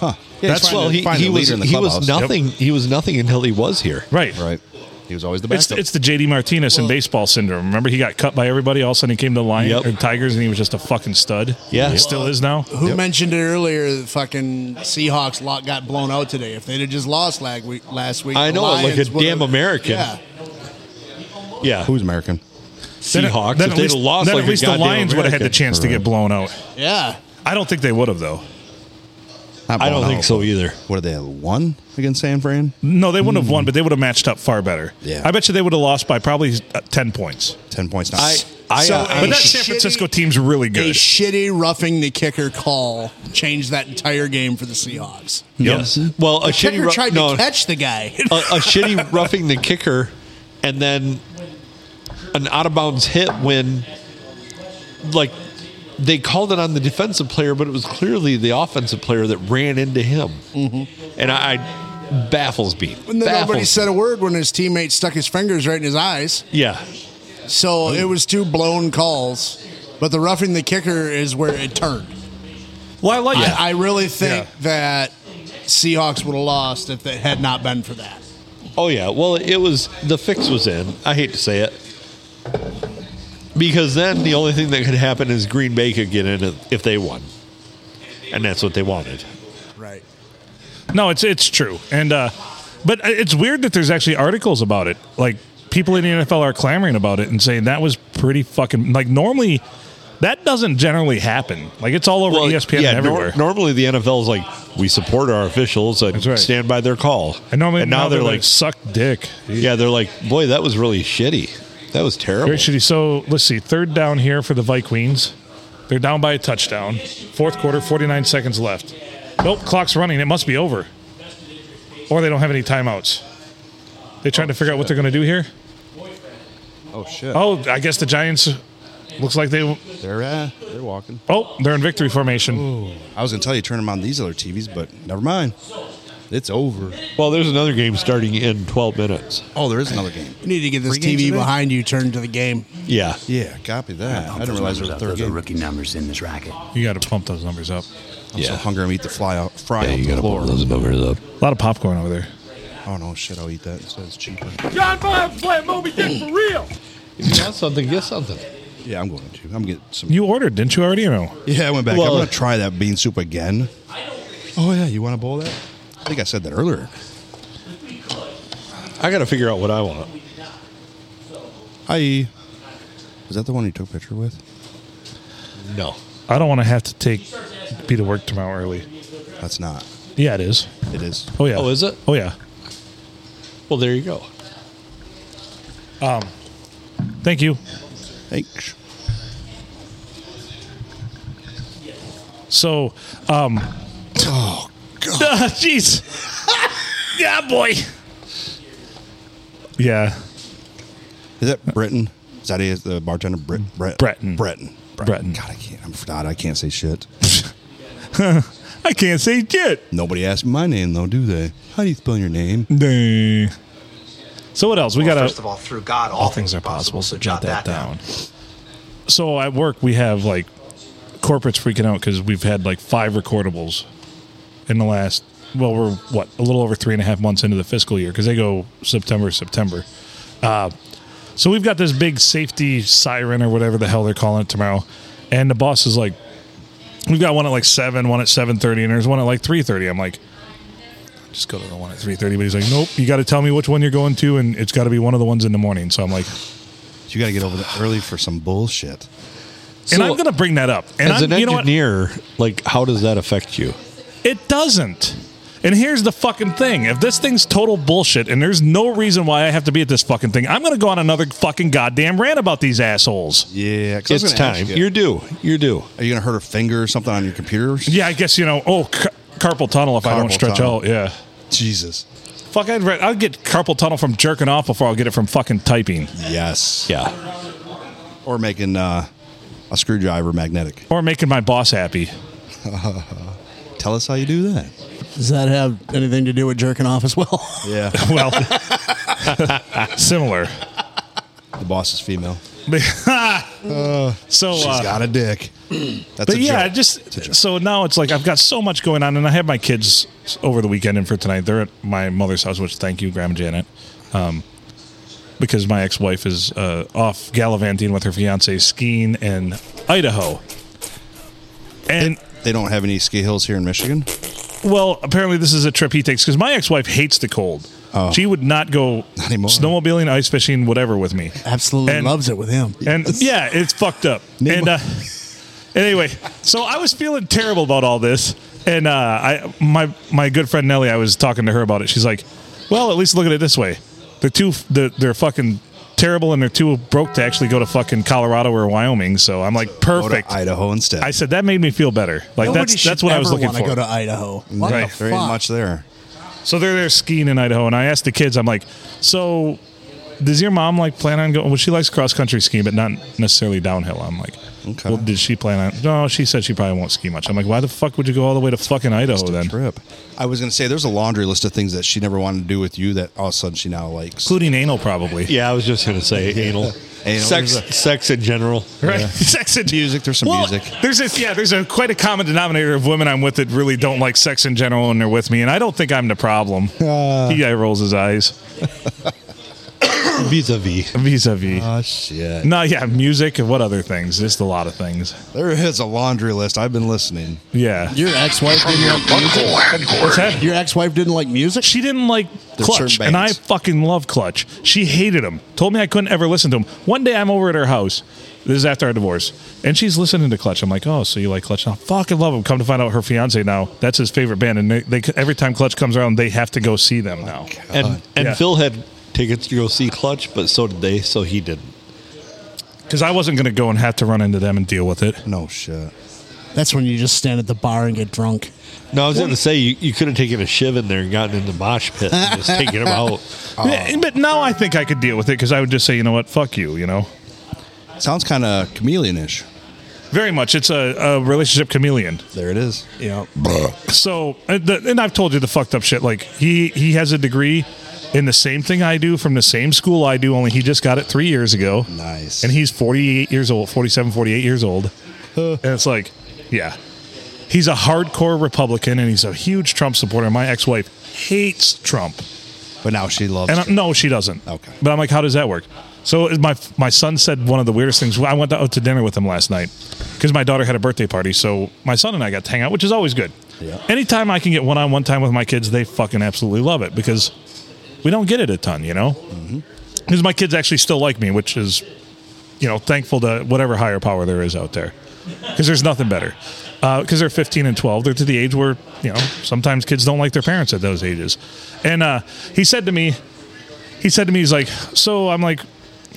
C: Huh? Yeah, he's
A: That's
C: trying
A: well.
C: to
A: He,
C: find
A: he
C: a
A: was
C: leader in the
A: he was
C: clubhouse.
A: nothing. He was nothing until he was here.
B: Right.
C: Right. He was always the
B: It's
C: best.
B: it's the JD Martinez and baseball syndrome. Remember, he got cut by everybody. All of a sudden, he came to Lions
A: Yep.
B: or Tigers, and he was just a fucking stud.
A: Yeah.
B: he still is now.
F: Who mentioned it earlier? The fucking Seahawks lot got blown out today. If they'd have just lost lag week, last week,
A: I
F: the
A: know, like a
F: Lions would've-
A: damn American.
F: Yeah,
A: Yeah,
C: Who's American?
A: Seahawks.
B: Then
A: if
B: at
A: they'd
B: least,
A: have lost,
B: then
A: like
B: at least
A: a
B: the
A: goddamn
B: Lions would have had the
A: American.
B: chance to get blown out.
F: yeah.
B: I don't think they would have though.
C: Not
A: I don't
C: Bonao.
A: think so e- either.
C: What are they? One against San Fran?
B: No, they wouldn't have
A: Hmm.
B: won, but they would have matched up far better.
C: Yeah.
B: I bet you they would have lost by probably uh, ten points.
C: Ten points. Not.
A: I I,
F: So,
A: uh,
F: I-
B: But that
F: shitty-
B: San Francisco team's really
F: A
B: good.
F: shitty roughing the kicker call changed that entire game for the Seahawks.
A: yes. Well, a shitty
F: Kicker
A: ru-
F: tried
A: no,
F: to catch the guy.
A: a, a shitty roughing the kicker, and then an out of bounds hit when, like, they called it on the defensive player, but it was clearly the offensive player that ran into him, and I, I baffles me.
F: Mm-hmm. And then
A: baffles
F: nobody
A: me.
F: said a word when his teammate stuck his fingers right in his eyes.
A: Yeah,
F: So it was two blown calls, but the roughing the kicker is where it turned.
B: Well, I like
F: I, I really think
B: Yeah.
F: that Seahawks would have lost if it had not been for that.
A: Oh yeah. Well, it was the fix was in. I hate to say it. Because then the only thing that could happen is Green Bay could get in if they won. And that's what they wanted.
F: Right.
B: No, it's it's true, and uh, but it's weird that there's actually articles about it. Like people in the NFL are clamoring about it and saying that was pretty fucking like normally that doesn't generally happen. Like it's all over E ESPN and
A: nor-
B: everywhere.
A: normally the NFL is like, we support our officials and
B: right.
A: stand by their call.
B: and normally
A: now, they're, like,
B: suck dick.
A: yeah, they're like, boy, that was really shitty. That was terrible.
B: Very shitty. So let's see, third down here for the Vikings. They're down by a touchdown. Fourth quarter, 49 seconds left. Nope, clock's running. It must be over. Or they don't have any timeouts. They're trying to figure out what they're going to do here.
G: Oh shit!
B: Oh, I guess the Giants looks like they.
G: They're uh, they're walking.
B: Oh, they're in victory formation.
C: I was gonna tell you turn them on these other TVs, but never mind.
G: It's over.
A: Well, there's another game starting in 12 minutes.
C: Oh, there is another game.
F: You need to get this
C: Free games
F: TV
C: today?
F: behind you turned to the game.
A: Yeah.
C: Yeah, copy that. I didn't realize there was a third
H: Those are
C: game.
H: rookie numbers in this racket.
B: You got to pump those numbers up.
C: I'm so
A: Yeah.
C: hungry. I'm gonna eat the fly out, fry off the
A: gotta
C: floor.
A: put those numbers up.
B: A lot of popcorn over there.
C: Oh no, shit! I'll eat that. instead. It's cheaper.
D: John Bonham's playing Moby Dick for real.
A: If you want something, get something.
C: Yeah, I'm going to. I'm getting some.
B: You ordered, didn't you already? Or no.
C: Yeah, I went back.
A: Well-
C: I'm gonna try that bean soup again. Oh yeah, you want to bowl that? I think I said that earlier.
A: I got to figure out what I want.
C: Hi. Is that the one you took a picture with?
A: No.
B: I don't want to have to take be to work tomorrow early.
C: That's not.
B: Yeah, it is.
C: It is.
B: Oh yeah.
A: Oh, is it?
B: Oh yeah.
A: Well, there you go.
B: Thank you.
C: Thanks.
B: So, um. Oh God. Jeez. yeah, boy. Yeah,
C: Is that Britain? Is that it? the bartender? Brit, Brett.
B: Breton.
C: Breton.
B: Breton.
C: God, I can't. I'm not. I can't say shit.
B: I can't say shit.
C: Nobody asked me my name though, do they? How do you spell your name?
B: Dang. So what else? We got
I: First
B: to
I: of all, through God, all,
B: all things are possible. So jot that
I: down.
B: down. So at work we have like corporates freaking out because we've had like five recordables in the last. Well, we're what a little over three and a half months into the fiscal year because they go September September. Uh, so we've got this big safety siren or whatever the hell they're calling it tomorrow, and the boss is like, "We've got one at like seven, one at seven thirty, and there's one at like three thirty. I'm like, just go to the one at three thirty. But he's like, "Nope, you got to tell me which one you're going to, and it's got to be one of the ones in the morning." So I'm like,
C: You got to get over that early for some bullshit.
B: and
A: So-
B: I'm going to bring that up. And
A: As
B: I'm,
A: an
B: you know what?
A: engineer, like, how does that affect you?
B: It doesn't. And here's the fucking thing. If this thing's total bullshit and there's no reason why I have to be at this fucking thing, I'm going to go on another fucking goddamn rant about these assholes.
C: Yeah, 'cause I was
A: It's
C: gonna ask
A: time.
C: you,
A: You're due. You're due.
C: are you gonna hurt a finger or something on your computer?
B: Yeah, I guess, you know, oh, ca- carpal tunnel if I don't
C: Carpal
B: stretch
C: tunnel.
B: out. Yeah.
C: Jesus.
B: Fuck, I'd, re- I'd get carpal tunnel from jerking off before I'll get it from fucking typing
C: Yes.
A: Yeah.
C: Or making uh, a screwdriver magnetic.
B: or making my boss happy.
C: Tell us how you do that.
F: Does that have anything to do with jerking off as well?
C: Yeah.
B: Well, similar.
C: the boss is female.
B: so,
C: She's
B: uh,
C: got a dick. That's
B: But
C: a
B: yeah,
C: joke. It's a joke.
B: just so now it's like I've got so much going on, and I have my kids over the weekend and for tonight. They're at my mother's house, which thank you, Grandma Janet, um, because my ex-wife is uh, off gallivanting with her fiance skiing in Idaho. And
C: they don't have any ski hills here in Michigan.
B: well, apparently this is a trip he takes because my ex-wife hates the cold. She would not go
C: Oh. anymore.
B: snowmobiling, ice fishing, whatever with me.
F: Absolutely
B: And-
F: loves it with him.
B: And yeah, it's fucked up. And uh, anyway, so I was feeling terrible about all this, and uh, I my my good friend Nellie, I was talking to her about it. She's like, "Well, at least look at it this way: they're too they're, they're fucking terrible, and they're too broke to actually go to fucking Colorado or Wyoming." So I'm like, "Perfect."
C: Go to Idaho instead.
B: I said that made me feel better. Like
F: Nobody
B: that's
F: should
B: that's what I was
F: ever
B: looking
F: wanna
B: for.
F: go to Idaho. What
B: Right.
F: the
C: there ain't
F: fuck?
C: much there.
B: So they're there skiing in Idaho, and I asked the kids, I'm like, so does your mom like plan on going? Well, she likes cross country skiing, but not necessarily downhill. I'm like,
C: Okay.
B: well, did she plan on? No, she said she probably won't ski much. I'm like, why the fuck would you go all the way to fucking Idaho Oh, then?
C: Trip. I was gonna say there's a laundry list of things that she never wanted to do with you that all of a sudden she now likes.
B: Including anal, probably.
A: Yeah, I was just going to say anal.
C: Anal.
A: Sex,
C: There's a-
A: sex in general.
B: Right, sex and
C: Music, there's some
B: Well,
C: music.
B: There's this, yeah. There's a quite a common denominator of women I'm with that really don't like sex in general, and they're with me, and I don't think I'm the problem.
C: Uh.
B: he guy rolls his eyes
A: Vis a vis.
B: vis-a-vis.
C: Oh shit.
B: no, yeah, music and what other things? Just a lot of things.
C: There is a laundry list. I've been listening.
B: Yeah,
F: Your ex-wife didn't like music.
B: what's that?
F: Your ex-wife didn't like music.
B: She didn't like
C: There's
B: Clutch,
C: certain
B: and I
C: bands.
B: fucking love Clutch. She hated him. Told me I couldn't ever listen to him. One day I'm over at her house. This is after our divorce, and she's listening to Clutch. I'm like, oh, so you like Clutch? I fucking love him. Come to find out, her fiance now that's his favorite band, and they, they every time Clutch comes around, they have to go see
C: Oh
B: them now.
A: And, and
B: Yeah.
A: Phil had tickets to go see Clutch, but so did they, so he didn't.
B: Because I wasn't going to go and have to run into them and deal with it.
C: No shit.
F: That's when you just stand at the bar and get drunk.
A: No, I was going to say you, you could have taken a shiv in there and gotten in the mosh pit and just taken him out.
C: Oh.
B: Yeah, but now I think I could deal with it because I would just say, you know what, fuck you, you know.
C: Sounds kind of chameleon-ish.
B: Very much, it's a, a relationship chameleon.
C: There it is.
F: Yeah.
B: So, uh, the, and I've told you the fucked up shit. Like he he has a degree in the same thing I do from the same school I do, only he just got it three years ago.
C: Nice.
B: And he's 48 years old, 47, 48 years old. and it's like, yeah. He's a hardcore Republican and he's a huge Trump supporter. My ex wife hates Trump.
C: But now she loves.
B: And I,
C: Trump.
B: no, she doesn't.
C: Okay.
B: But I'm like, how does that work? So my my son said one of the weirdest things. I went out to dinner with him last night because my daughter had a birthday party. So my son and I got to hang out, which is always good.
C: Yeah.
B: Anytime I can get one on one time with my kids, they fucking absolutely love it because we don't get it a ton, you know.
C: Mm-hmm.
B: Because my kids actually still like me, which is, you know, thankful to whatever higher power there is out there, because there's nothing better. Because they're 15 and 12, they're to the age where you know sometimes kids don't like their parents at those ages. And uh, he said to me, he said to me, he's like, so I'm like,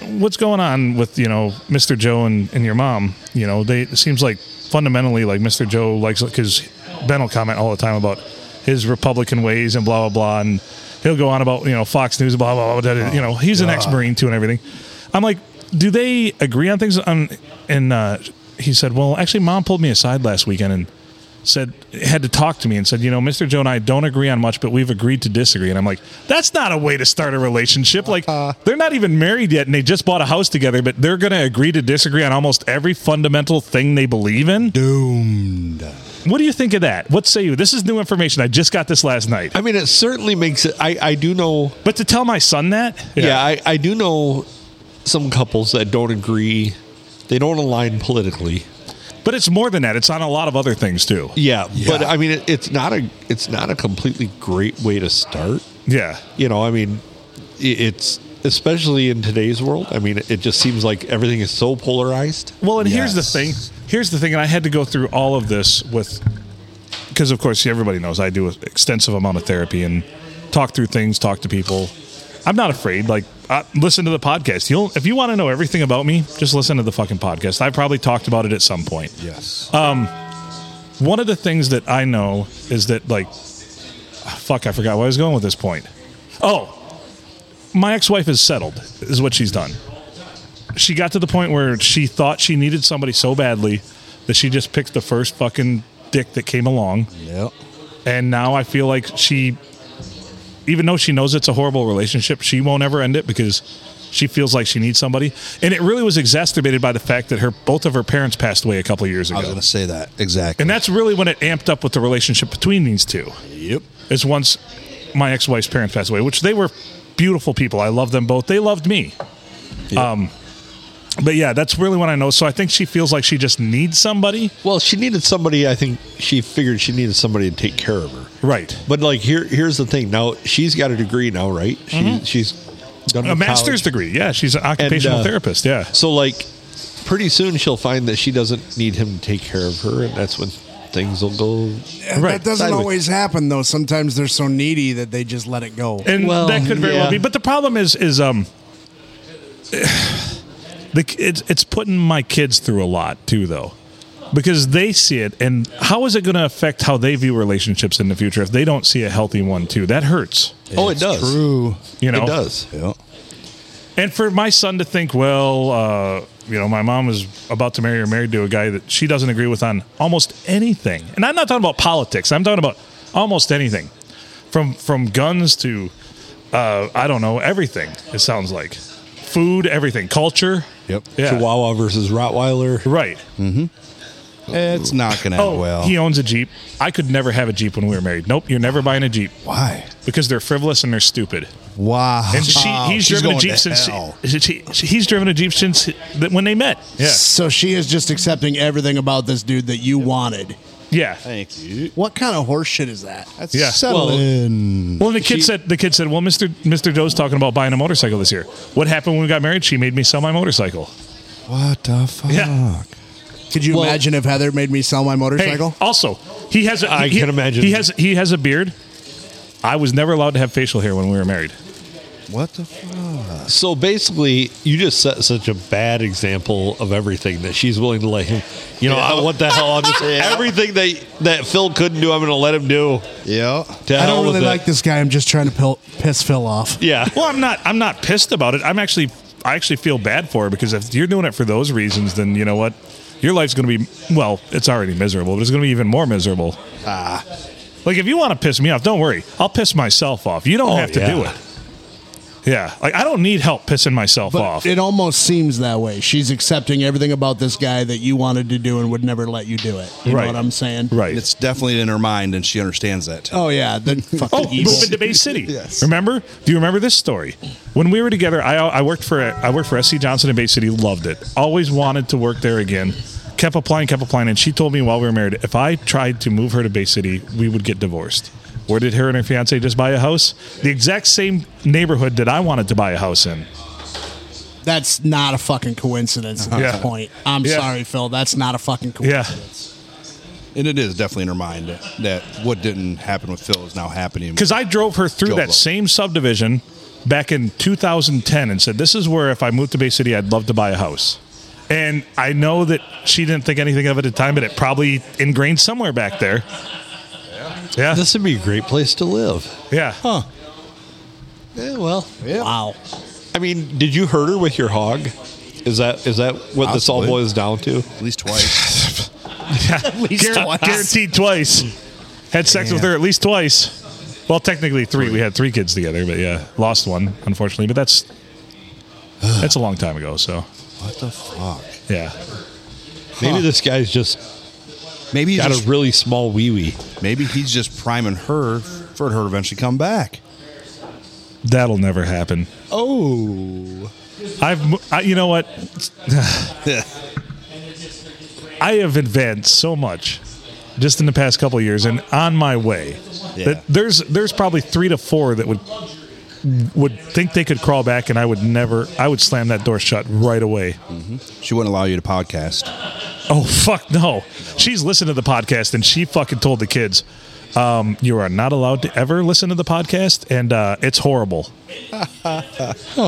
B: what's going on with you know Mr. Joe and, and your mom? You know, they it seems like fundamentally like Mr. Joe likes because Ben will comment all the time about his Republican ways and blah blah blah, and he'll go on about you know Fox News blah blah blah. blah, blah you know, he's an ex Marine too and everything. I'm like, do they agree on things? Um, and uh, he said, well, actually, mom pulled me aside last weekend and said had to talk to me and said, you know, Mr. Joe and I don't agree on much, but we've agreed to disagree. And I'm like, that's not a way to start a relationship. Like they're not even married yet and they just bought a house together, but they're gonna agree to disagree on almost every fundamental thing they believe in.
C: doomed.
B: What do you think of that? What say you? This is new information. I just got this last night.
A: I mean, it certainly makes it. I, I do know.
B: But to tell my son that?
A: Yeah, I, I do know some couples that don't agree. They don't align politically.
B: But it's more than that. It's on a lot of other things too.
A: Yeah, but I mean, it, it's not a it's not a completely great way to start.
B: Yeah.
A: You know, I mean, i- it's especially in today's world. I mean, it just seems like everything is so polarized.
B: Well, and here's the
C: Yes.
B: thing. Here's the thing, and I had to go through all of this with, because of course everybody knows I do an extensive amount of therapy and talk through things, talk to people. I'm not afraid. Like, I, listen to the podcast. You'll if you want to know everything about me, just listen to the fucking podcast. I probably talked about it at some point
C: Yes.
B: Uh, one of the things that I know is that like ah, fuck, I forgot where I was going with this point. Oh, my ex-wife is settled is what she's done. She got to the point where she thought she needed somebody so badly that she just picked the first fucking dick that came along
C: yep.
B: and now I feel like she, even though she knows it's a horrible relationship, she won't ever end it because she feels like she needs somebody. And it really was exacerbated by the fact that her both of her parents passed away a couple of years
C: I
B: ago,
C: was going to say that exactly.
B: and that's really when it amped up with the relationship between these two.
C: yep.
B: Is once my ex-wife's parents passed away, which they were beautiful people. I loved them both. They loved me. Um, but yeah, that's really when I know. So I think she feels like she just needs somebody.
A: Well, she needed somebody. I think she figured she needed somebody to take care of her.
B: Right.
A: But like here, here's the thing. Now she's got a degree now, right? She, She's done
B: Mm-hmm. A
A: with
B: master's
A: college.
B: degree. Yeah, she's an occupational
A: uh,
B: therapist. Yeah.
A: So like, pretty soon she'll find that she doesn't need him to take care of her, and that's when things will go.
B: Right.
F: That doesn't
A: Sideways.
F: always happen though. Sometimes they're so needy that they just let it go.
B: and
A: Well,
B: that could very well
A: yeah.
B: be. But the problem is, is um, the it's it's putting my kids through a lot too, though, because they see it, and how is it going to affect how they view relationships in the future if they don't see a healthy one too? That hurts,
A: oh, it does.
C: True.
B: you know.
A: It does.
C: Yep.
B: And for my son to think, well, uh, you know, my mom is about to marry or married to a guy that she doesn't agree with on almost anything. And I'm not talking about politics. I'm talking about almost anything, from from guns to uh, I don't know everything. It sounds like food, everything, culture.
C: Yep.
B: Yeah.
A: Chihuahua versus Rottweiler.
B: Right.
C: It's not going to
B: Oh,
C: end well.
B: he owns a jeep. I could never have a jeep when we were married. Nope, you're never buying a jeep
C: Why?
B: because they're frivolous and they're stupid.
C: Wow.
B: And she, he's
C: She's
B: driven a
C: going
B: jeep
C: to
B: since
C: hell.
B: she, she, he's driven a jeep since that when they met. Yeah.
F: So she is just accepting everything about this dude that you wanted.
B: Yeah.
G: Thank you.
F: What kind of horse shit is that?
G: That's
B: Yeah.
G: settle
A: Well-
G: in.
B: Well, and the kid said the kid said, "Well, Mister Mister Joe's talking about buying a motorcycle this year. What happened when we got married? She made me sell my motorcycle.
C: What the fuck?
B: Yeah.
F: Could you imagine if Heather made me sell my
B: Hey,
F: motorcycle?
B: also, he has. A,
A: I
B: he-
A: can imagine.
B: He has. He has a beard. I was never allowed to have facial hair when we were married.
C: What the fuck?
A: So basically, you just set such a bad example of everything that she's willing to let him. You know, I want the hell on this.
C: Yeah.
A: Everything that that Phil couldn't do, I'm going to let him do.
C: Yeah.
A: To
F: I
A: hell
F: don't
A: with
F: really
A: it.
F: like this guy. I'm just trying to pil- piss Phil off.
A: Yeah.
B: Well, I'm not. I'm not pissed about it. I'm actually. I actually feel bad for her because if you're doing it for those reasons, then you know what, your life's going to be. Well, it's already miserable, but it's going to be even more miserable. Ah. Like if you want to piss me off, don't worry. I'll piss myself off. You don't
A: Oh,
B: have to do
A: yeah.
B: it. Yeah. Like I don't need help pissing myself
F: But
B: off.
F: it almost seems that way. She's accepting everything about this guy that you wanted to do and would never let you do it. You
B: Right.
F: know what I'm saying?
B: right.
C: It's definitely in her mind, and she understands that.
F: Oh yeah, the fucking
B: Oh,
F: evil.
B: moving to Bay City.
C: Yes.
B: Remember? Do you remember this story? When we were together, I, I worked for I worked for SC Johnson in Bay City. Loved it. Always wanted to work there again. Kept applying, kept applying, and she told me while we were married, if I tried to move her to Bay City, we would get divorced. Where did her and her fiance just buy a house? The exact same neighborhood that I wanted to buy a house in.
F: That's not a fucking coincidence at
B: Yeah.
F: this point. I'm
B: Uh-huh. Yeah.
F: sorry, Phil. That's not a fucking
B: Yeah.
F: coincidence.
C: And it is definitely in her mind that what didn't happen with Phil is now happening.
B: Because I drove her through
C: Joe
B: that
C: Blow.
B: same subdivision back in 2010 and said, This is where if I moved to Bay City, I'd love to buy a house. And I know that she didn't think anything of it at the time, but it probably ingrained somewhere back there. Yeah.
A: This would be a great place to live.
B: Yeah.
A: Yeah, well,
F: Wow.
A: I mean, did you hurt her with your hog? Is that is that what this all
C: Possibly.
A: boils down to?
C: at least twice.
B: Guar- Guaranteed twice. Had sex with her at least twice. Well, technically three. We had three kids together, but yeah, lost one, unfortunately. But that's that's a long time ago, so
C: what the fuck?
B: yeah.
A: Maybe this guy's just
C: Maybe he's
A: got
C: just,
A: a really small wee wee.
C: maybe he's just priming her for her to eventually come back.
B: That'll never happen.
C: Oh,
B: I've, mo- I, you know what? I have advanced so much just in the past couple of years, and on my way.
C: Yeah.
B: That there's there's probably three to four that would would think they could crawl back, and I would never. I would slam that door shut right away.
C: she wouldn't allow you to podcast.
B: Oh fuck no! She's listened to the podcast, and she fucking told the kids. Um, you are not allowed to ever listen to the podcast, and uh, it's horrible.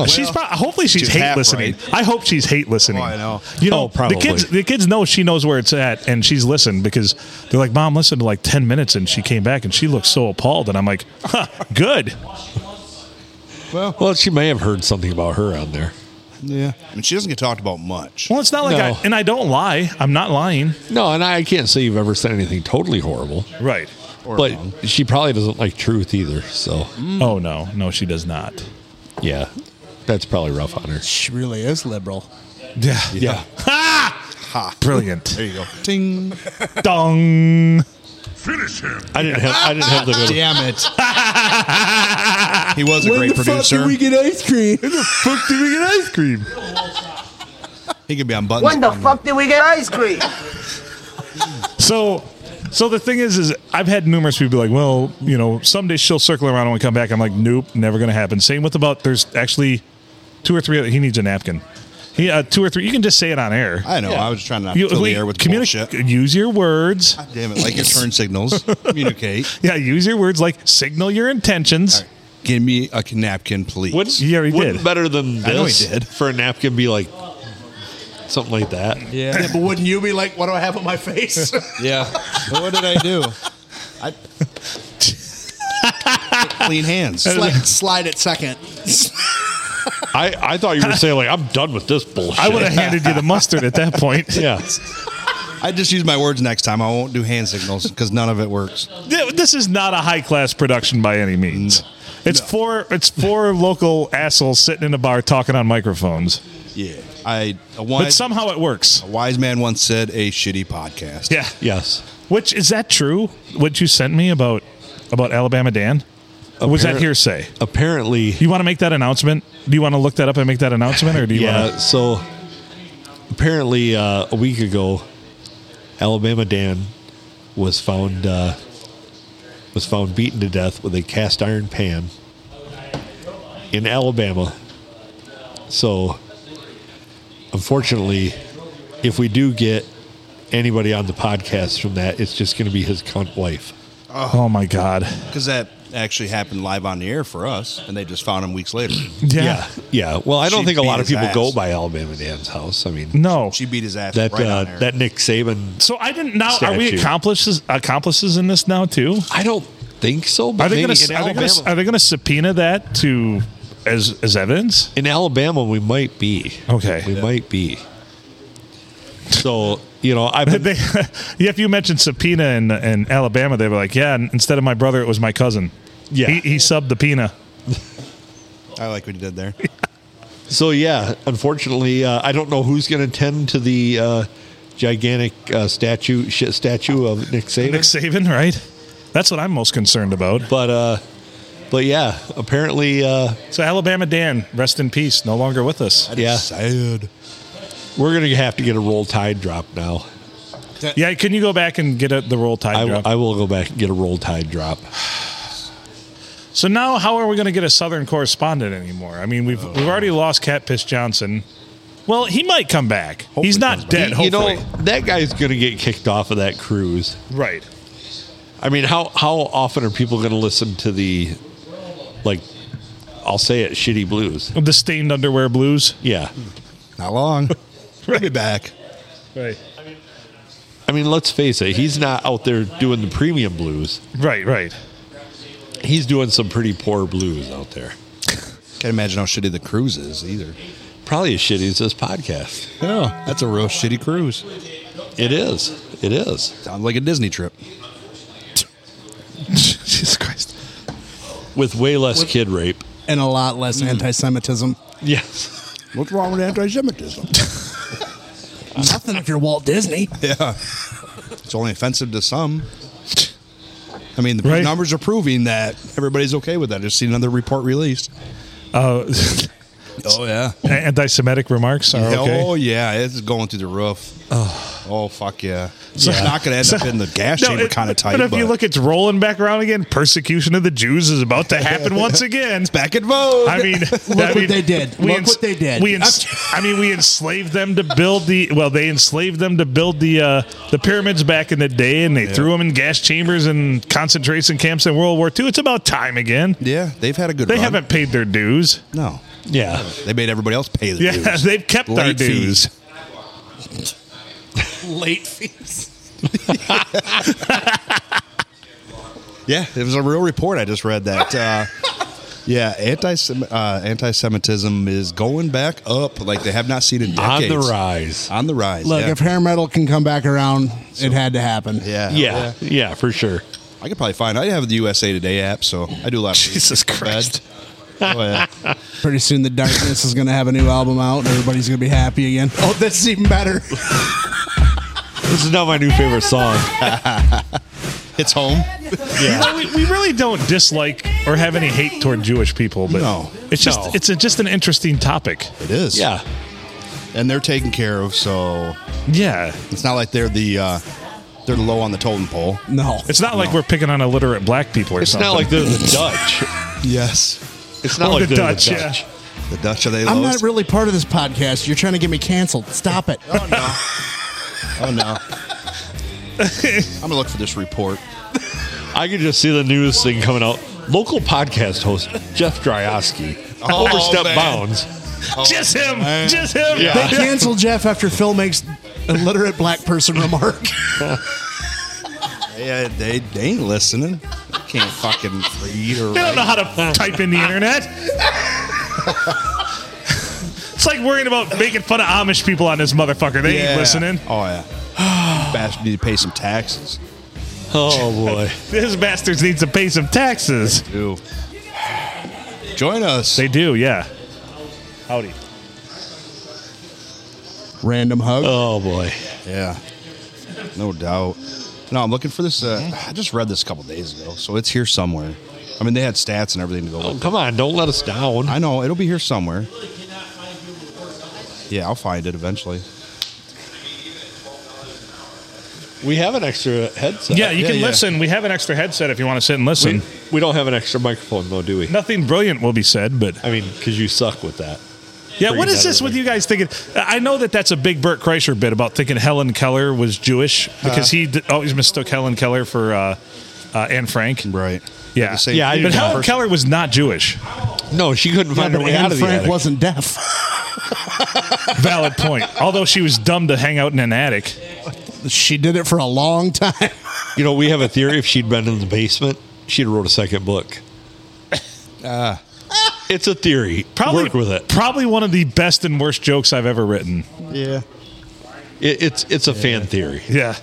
B: she's prob- hopefully she's,
C: she's
B: hate
C: half
B: listening.
C: right.
B: I hope she's hate listening.
C: Oh, I know.
B: You know,
A: Oh, probably.
B: the kids the kids know she knows where it's at, and she's listened because they're like, "Mom, listen to like ten minutes," and she came back and she looked so appalled, and I'm like, huh, "Good."
A: Well, she may have heard something about her on there.
C: Yeah, I mean, she doesn't get talked about much.
B: Well, it's not like
A: No.
B: I and I don't lie. I'm not lying.
A: No, and I can't say you've ever said anything totally horrible,
B: Right.
A: but she probably doesn't like truth either. So,
B: Oh no, no, she does not.
A: yeah, that's probably rough on her.
F: She really is liberal.
B: Yeah.
A: Yeah.
B: Ha! Brilliant.
C: There you go. Ding.
B: Dong.
A: I didn't have I didn't have the good
F: Damn it.
C: He was a great producer.
F: get ice cream?
B: Fuck did we get ice cream?
C: he could be on buttons.
E: When the fuck did we get ice cream?
B: So so the thing is is I've had numerous people be like, well, you know, someday she'll circle around and we come back. I'm like, nope, never gonna happen. Same with about there's actually two or three other, he needs a napkin. He uh, two or three you can just say it on air.
C: I know. I was trying not to
B: You-
C: fill
B: we-
C: the air with
B: communic-
C: bullshit.
B: Use your words.
C: Damn it! Like your turn signals. Communicate.
B: Yeah, use your words like signal your intentions.
C: Give me a napkin, please.
A: Wouldn't,
B: You already
A: wouldn't
B: did.
A: better than this
C: I know he did.
A: for a napkin be like something like that.
F: Yeah. but wouldn't you be like, what do I have on my face?
G: Yeah. what did I do?
C: Clean hands.
F: slide, slide it second.
A: I, I thought you were saying like I'm done with this bullshit.
B: I would have handed you the mustard at that point.
A: yeah.
C: I just use my words next time. I won't do hand signals because none of it works.
B: Th- this is not a high class production by any means. It's four it's four local assholes sitting in a bar talking on microphones.
C: Yeah. I a
B: But
C: wise,
B: somehow it works.
C: wise man once said a shitty podcast.
B: Yeah.
A: Yes.
B: Which is that true? What you sent me about about Alabama Dan? Or was that
A: Apparent-
B: hearsay?
A: Apparently. uh,
B: Do you want to make that announcement? Do you want to look that up and make that announcement or do you
A: yeah.
B: want to
A: So apparently, uh, a week ago, Alabama Dan was found uh, was found beaten to death with a cast iron pan in Alabama. So, unfortunately, if we do get anybody on the podcast from that, it's just going to be his cunt wife.
B: Oh my god.
C: Because that actually happened live on the air for us, and they just found him weeks later.
B: Yeah.
A: yeah, yeah. Well, I don't
C: She
A: think a
C: beat
A: lot of
C: his
A: people go
C: ass.
A: by Alabama Dan's house. I mean,
B: No.
C: she beat his ass
A: that
C: right
A: uh,
C: on air.
A: that Nick Saban.
B: So I didn't. Now are we
A: Statue.
B: accomplices accomplices in this now too?
A: I don't think so. But
B: Are they
A: maybe
B: going
A: in
B: to are they going
A: Alabama,
B: to are they going to subpoena that to as as evidence?
A: in Alabama, we might be
B: Okay.
A: We might be. So you know, I've been,
B: They, yeah, if you mentioned subpoena in in Alabama, they were like, yeah, n- instead of my brother, it was my cousin.
A: Yeah.
B: he, he subbed the pena.
C: I like what you did there.
A: So yeah, unfortunately, uh, I don't know who's going to tend to the uh, gigantic uh, statue shit statue of Nick Saban,
B: Nick Saban, right? That's what I'm most concerned about.
A: but uh, but yeah, apparently, uh,
B: So Alabama Dan, rest in peace, no longer with us.
A: yeah,
C: Sad.
A: we're going to have to get a roll tide drop now.
B: Yeah, can you go back and get a, the roll tide
A: I,
B: drop?
A: I will go back and get a roll tide drop.
B: so now, how are we going to get a Southern correspondent anymore? I mean, we've we've already lost Cat Piss Johnson. Well, he might come back. He's not dead.
A: you know
B: Hopefully,
A: that guy's going to get kicked off of that cruise.
B: right?
A: I mean, how how often are people going to listen to the like? I'll say it, shitty blues.
B: The stained underwear blues.
A: Yeah.
C: Not long. We'll be back.
B: Right.
A: I mean, let's face it, he's not out there doing the premium blues.
B: Right. Right.
A: He's doing some pretty poor blues out there.
C: Can't imagine how shitty the cruise is either.
A: Probably as shitty as this podcast.
C: Yeah, that's a real shitty cruise.
A: It is. It is.
C: Sounds like a Disney trip.
B: Jesus Christ.
A: With way less kid rape.
F: and a lot less
B: Mm.
F: anti-Semitism.
A: Yes.
C: What's wrong with anti-Semitism?
F: Nothing if you're Walt Disney.
C: yeah, it's only offensive to some. I mean, the
B: Right.
C: numbers are proving that everybody's okay with that. Just seen another report released.
B: Uh,
C: Oh yeah.
B: anti-Semitic remarks are okay.
C: Oh yeah, it's going through the roof. Oh, fuck yeah! So it's not going to end up in the gas
B: No,
C: chamber
B: it-
C: kind of type.
B: But if you look, it's rolling back around again. Persecution of the Jews is about to happen once again.
C: back at vogue,
B: I mean, look
F: what they did. Look what they did.
B: We, ens- I mean, we enslaved them to build the. Well, they enslaved them to build the uh, the pyramids back in the day, and they threw them in gas chambers and concentration camps in World War II. It's about time again.
C: yeah, they've had a good.
B: They
C: run.
B: haven't paid their dues.
C: No,
A: Yeah.
C: they made everybody else pay their
B: Yeah,
C: dues.
B: they've kept our
C: Late
B: dues.
C: fees.
F: Late fees.
C: Yeah, it was a real report. I just read that. Uh, yeah, anti uh, anti-Semitism is going back up like they have not seen in
A: On
C: decades.
A: the rise.
C: On the rise.
F: Look,
C: yeah.
F: if hair metal can come back around, it had to happen.
C: yeah,
A: Yeah. Yeah, for sure.
C: I could probably find. I have the USA Today app, so I do a lot. of
B: Jesus
C: research.
B: Christ.
C: Oh, yeah.
F: Pretty soon, the darkness is going to have a new album out, and everybody's going to be happy again. Oh, that's even better.
A: This is not my new favorite song.
C: It's home.
B: Well, we, we really don't dislike or have any hate toward Jewish people, but
C: No.
B: it's just
A: No.
B: it's a, just an interesting topic.
C: It is.
A: Yeah.
C: and they're taken care of, so
B: Yeah,
C: it's not like they're the uh, they're low on the totem pole.
F: No.
B: it's not like we're picking on illiterate black people or
A: It's
B: something.
A: not like they're the Dutch.
C: Yes,
A: It's not
B: Or
A: like
B: the
A: they're
B: Dutch,
A: the
B: yeah.
A: Dutch.
C: the Dutch are they?
F: I'm
C: lowest?
F: not really part of this podcast. You're trying to get me canceled. Stop it.
C: Oh no. I'm gonna look for this report.
A: I could just see the news thing coming out. Local podcast host Jeff Dryoski
C: Oh,
A: overstepped
C: man.
A: bounds.
B: just him, just him.
F: They canceled Jeff after Phil makes illiterate black person remark.
C: Yeah, they, they ain't listening. Can't fucking read or
B: They don't know
C: write.
B: how to type in the internet. it's like worrying about making fun of Amish people on this motherfucker. They
C: Yeah.
B: ain't listening.
C: Oh yeah, bastard need to pay some taxes.
A: Oh boy.
B: This bastards needs to pay some taxes.
C: Ew. Join us.
B: They do, yeah. Howdy.
F: Random hug.
A: Oh boy.
C: yeah, no doubt. No, I'm looking for this. Uh, I just read this a couple days ago, so it's here somewhere. I mean, they had stats and everything to go with.
A: Oh, come on, don't let us down.
C: I know it'll be here somewhere. Yeah, I'll find it eventually.
A: We have an extra headset.
B: yeah, you
C: yeah,
B: can
C: yeah.
B: listen. We have an extra headset if you want to sit and listen.
A: We, we don't have an extra microphone though, do we?
B: Nothing brilliant will be said, but
A: I mean, because you suck with that.
B: yeah. What
A: Brings
B: is
A: out
B: this with
A: everything.
B: you guys thinking? I know that that's a big Burt Kreischer bit about thinking Helen Keller
C: Uh-huh.
B: was Jewish because he d- always mistook Helen Keller for uh, uh, Anne Frank.
C: Right.
B: Yeah.
C: same
A: Yeah, I
B: but
A: did
B: Helen
C: that.
B: Keller was not Jewish.
A: No, she couldn't find
F: but
A: her way
F: Anne
A: out of the
F: Frank
A: attic.
F: wasn't deaf.
B: Valid point. Although she was dumb to hang out in an attic.
F: she did it for a long time.
A: You know, we have a theory. If she'd been in the basement, she'd have wrote a second book. Ah. it's a theory.
B: Probably
A: Work with it.
B: Probably one of the best and worst jokes I've ever written.
G: Yeah.
A: it it's it's a fan theory.
B: Yeah.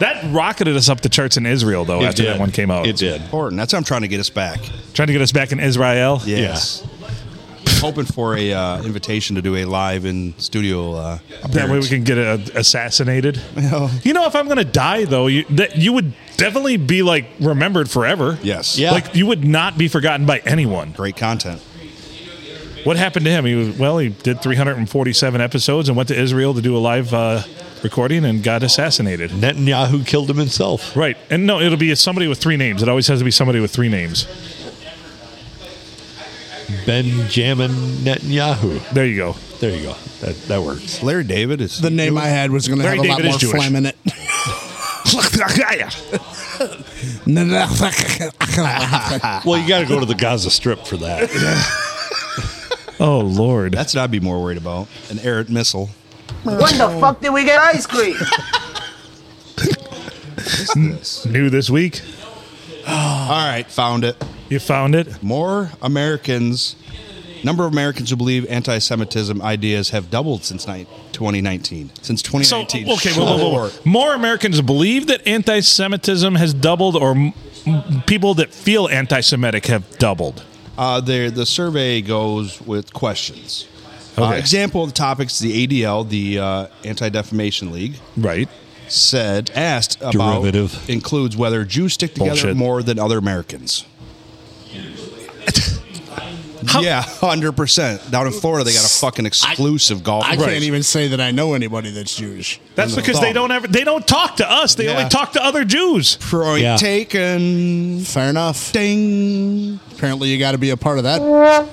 B: That rocketed us up the charts in Israel though
A: It
B: after
A: did.
B: that one came out.
A: it did.
C: Important. That's how I'm trying to get us back.
B: Trying to get us back in Israel.
C: Yes. Hoping for a uh, invitation to do a live in studio. Uh,
B: That way we can get uh, assassinated.
C: Well-
B: You know, if I'm going to die though, you that you would definitely be like remembered forever.
C: Yes.
A: Yeah.
B: Like you would not be forgotten by anyone.
C: Great content.
B: What happened to him? He was, well, he did 347 episodes and went to Israel to do a live uh, recording and got assassinated.
A: Netanyahu killed him himself.
B: Right. And no, it'll be somebody with three names. It always has to be somebody with three names.
A: Benjamin Netanyahu.
B: There you go.
A: There you go. That that works.
C: Larry David is
F: The name I had was going to have
B: Larry
F: a lot
B: David is
F: more
B: Jewish.
F: phlegm in it.
A: Well, you got to go to the Gaza Strip for that.
B: Oh, Lord.
C: That's what I'd be more worried about. An errant missile.
E: When the fuck did we get ice cream?
B: New this week. Oh.
C: All right, found it.
B: You found it.
C: More Americans, number of Americans who believe anti-Semitism ideas have doubled since ni- 2019. Since
B: So,
C: 2019.
B: okay, whoa, whoa, whoa, whoa. more Americans believe that anti Semitism has doubled, or m- m- people that feel anti Semitic have doubled.
C: Uh, the the survey goes with questions. Uh,
B: Okay.
C: example of the topics: the ADL, the uh, Anti Defamation League,
B: Right.
C: said asked about
A: Derivative.
C: includes whether Jews stick together
B: Bullshit.
C: more than other Americans. yeah, hundred percent. Down in Florida, they got a fucking exclusive golf.
F: I
C: course.
F: can't even say that I know anybody that's Jewish.
B: That's because they don't ever they don't talk to us. They
C: Yeah.
B: only talk to other Jews.
C: Point
A: Yeah.
C: taken.
F: Fair enough.
C: Ding.
F: Apparently, you got to be a part of that.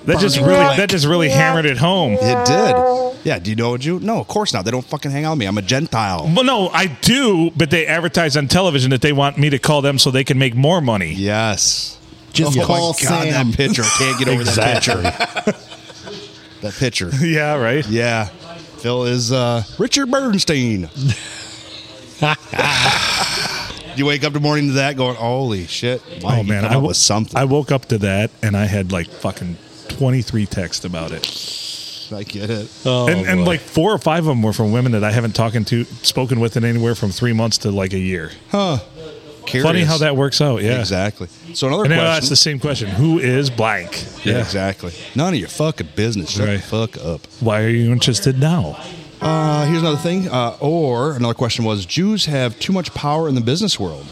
B: That just really that just really hammered it home.
C: It did. Yeah. Do you know a Jew? No, of course not. They don't fucking hang out with me. I'm a Gentile.
B: Well, no, I do, but they advertise on television that they want me to call them so they can make more money.
C: Yes.
F: Just
C: oh
F: call
C: my God,
F: Sam.
C: that picture. I can't get over that picture. that picture.
B: Yeah, right.
C: Yeah. Phil is uh, Richard Bernstein. you wake up the morning to that going, holy shit. Wow,
B: Oh man,
C: I
B: I wo-
C: was something.
B: I woke up to that and I had like fucking twenty three texts about it,
C: I get it.
A: Oh,
B: and and
A: boy.
B: like four or five of them were from women that I haven't talking to spoken with in anywhere from three months to like a year. Funny
C: Curious.
B: how that works out. Yeah,
C: Exactly. So another
B: And
C: question.
B: now that's the same question: Who is blank?
C: yeah, exactly. None of your fucking business. Shut the
B: Right.
C: fuck up.
B: Why are you interested now?
C: Uh, here's another thing. Uh, or another question was Jews have too much power in the business world.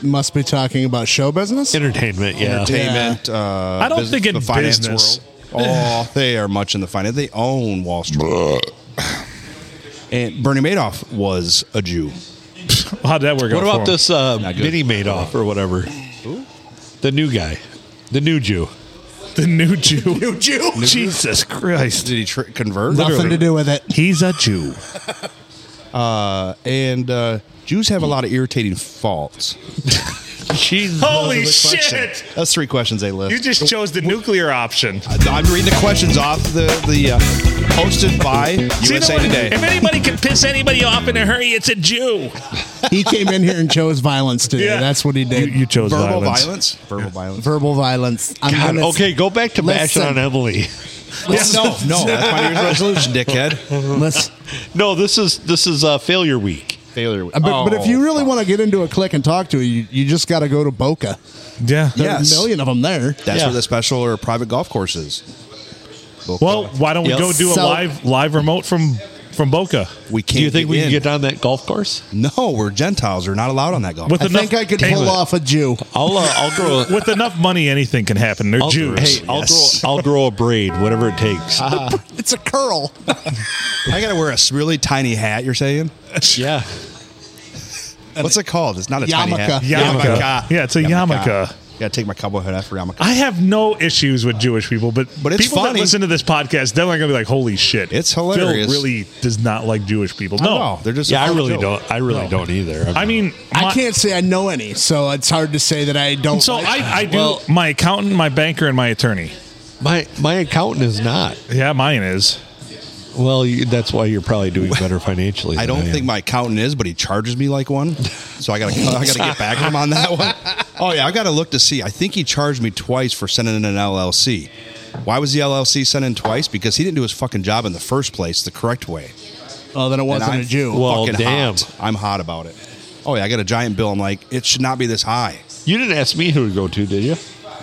F: Must be talking about show business.
A: entertainment. Yeah,
C: Entertainment. Uh,
B: I don't
C: business-
B: think in
C: the finance
B: business.
C: world. Oh, they are much in the finance. They own Wall Street. and Bernie Madoff was a Jew.
B: How'd that work
A: What
B: out?
A: about
B: for 'em?
A: this uh,
C: Not good.
A: Benny Madoff or whatever? The new guy, the new Jew.
B: The new Jew. New Jew. Jesus Christ.
C: Did he tr- convert?
F: Nothing to do with it.
B: He's a Jew.
C: And uh, Jews have a lot of irritating faults.
B: Holy
C: Question. That's three questions they list.
B: You just chose the nuclear option.
C: I'm reading the questions off the the uh, posted by
B: See,
C: USA
B: no one-
C: Today.
B: If anybody can piss anybody off in a hurry, it's a Jew.
F: He came in here and chose violence today.
B: Yeah.
F: That's what he did.
B: chose
C: Verbal violence. Verbal violence.
F: Verbal violence. I'm
A: God,
F: gonna-
A: okay, go back to bashing on
F: listen.
A: Emily.
B: Yes.
C: No, no, that's my New Year's resolution, dickhead.
F: Let's,
A: No, this is this is uh, failure week.
C: Failure.
F: but, but if you really want to get into a click and talk to it, you, you just got to go to Boca.
B: Yeah.
F: There's
C: Yes.
F: a million of them there.
C: that's
A: Yeah.
C: where the special or private golf course is.
B: Well, why don't we
A: Yep.
B: go do a
F: So-
B: live live remote from from Boca
C: we can't.
A: Do you think we
C: in.
A: can get on that golf course?
C: No, we're Gentiles. We're not allowed on that golf.
B: with
F: I
B: enough
F: think I could
B: hey,
F: pull
B: with-
F: off a Jew.
A: I'll uh, I'll grow a,
B: With enough money, anything can happen. They're
A: I'll,
B: Jews.
A: Hey, Ah, I'll
C: Yes.
A: grow I'll grow a braid, whatever it takes.
F: It's a curl.
C: I gotta wear a s- really tiny hat. You're saying?
A: yeah,
C: What's it called? It's not a tiny
F: Yarmulke.
C: hat.
B: Yarmulke. Yeah, it's a yarmulke.
C: Got to take my cowboy hat off around my.
B: I have no issues with Jewish people, but,
C: But it's
B: people that
C: funny.
B: listen to this podcast, they're going to be like, holy shit.
C: It's hilarious.
B: Phil really does not like Jewish people.
C: I
B: No.
C: don't know. They're just.
A: yeah, I
C: I'm a
A: really
C: joke.
A: don't. I really don't either.
B: I mean,
F: I
B: my-
F: can't say I know any, so it's hard to say that I don't.
B: So
F: like
B: I, I do
A: Well-
B: my accountant, my banker, and my attorney.
A: my my accountant is not.
B: Yeah, mine is.
A: Well, you, that's why you're probably doing better financially.
C: I
A: than
C: don't
A: am.
C: think my accountant is, but he charges me like one. So I got to I got to get back to him on that one. Oh yeah, I got to look to see. I think he charged me twice for sending in an LLC. Why was the LLC sent in twice? Because he didn't do his fucking job in the first place the correct way.
F: oh, then it
C: And
F: wasn't
C: I'm
F: a Jew.
A: Well-
C: fucking
A: damn.
C: hot. I'm hot about it. Oh yeah, I got a giant bill. I'm like, it should not be this high.
A: you didn't ask me who to go to, did you?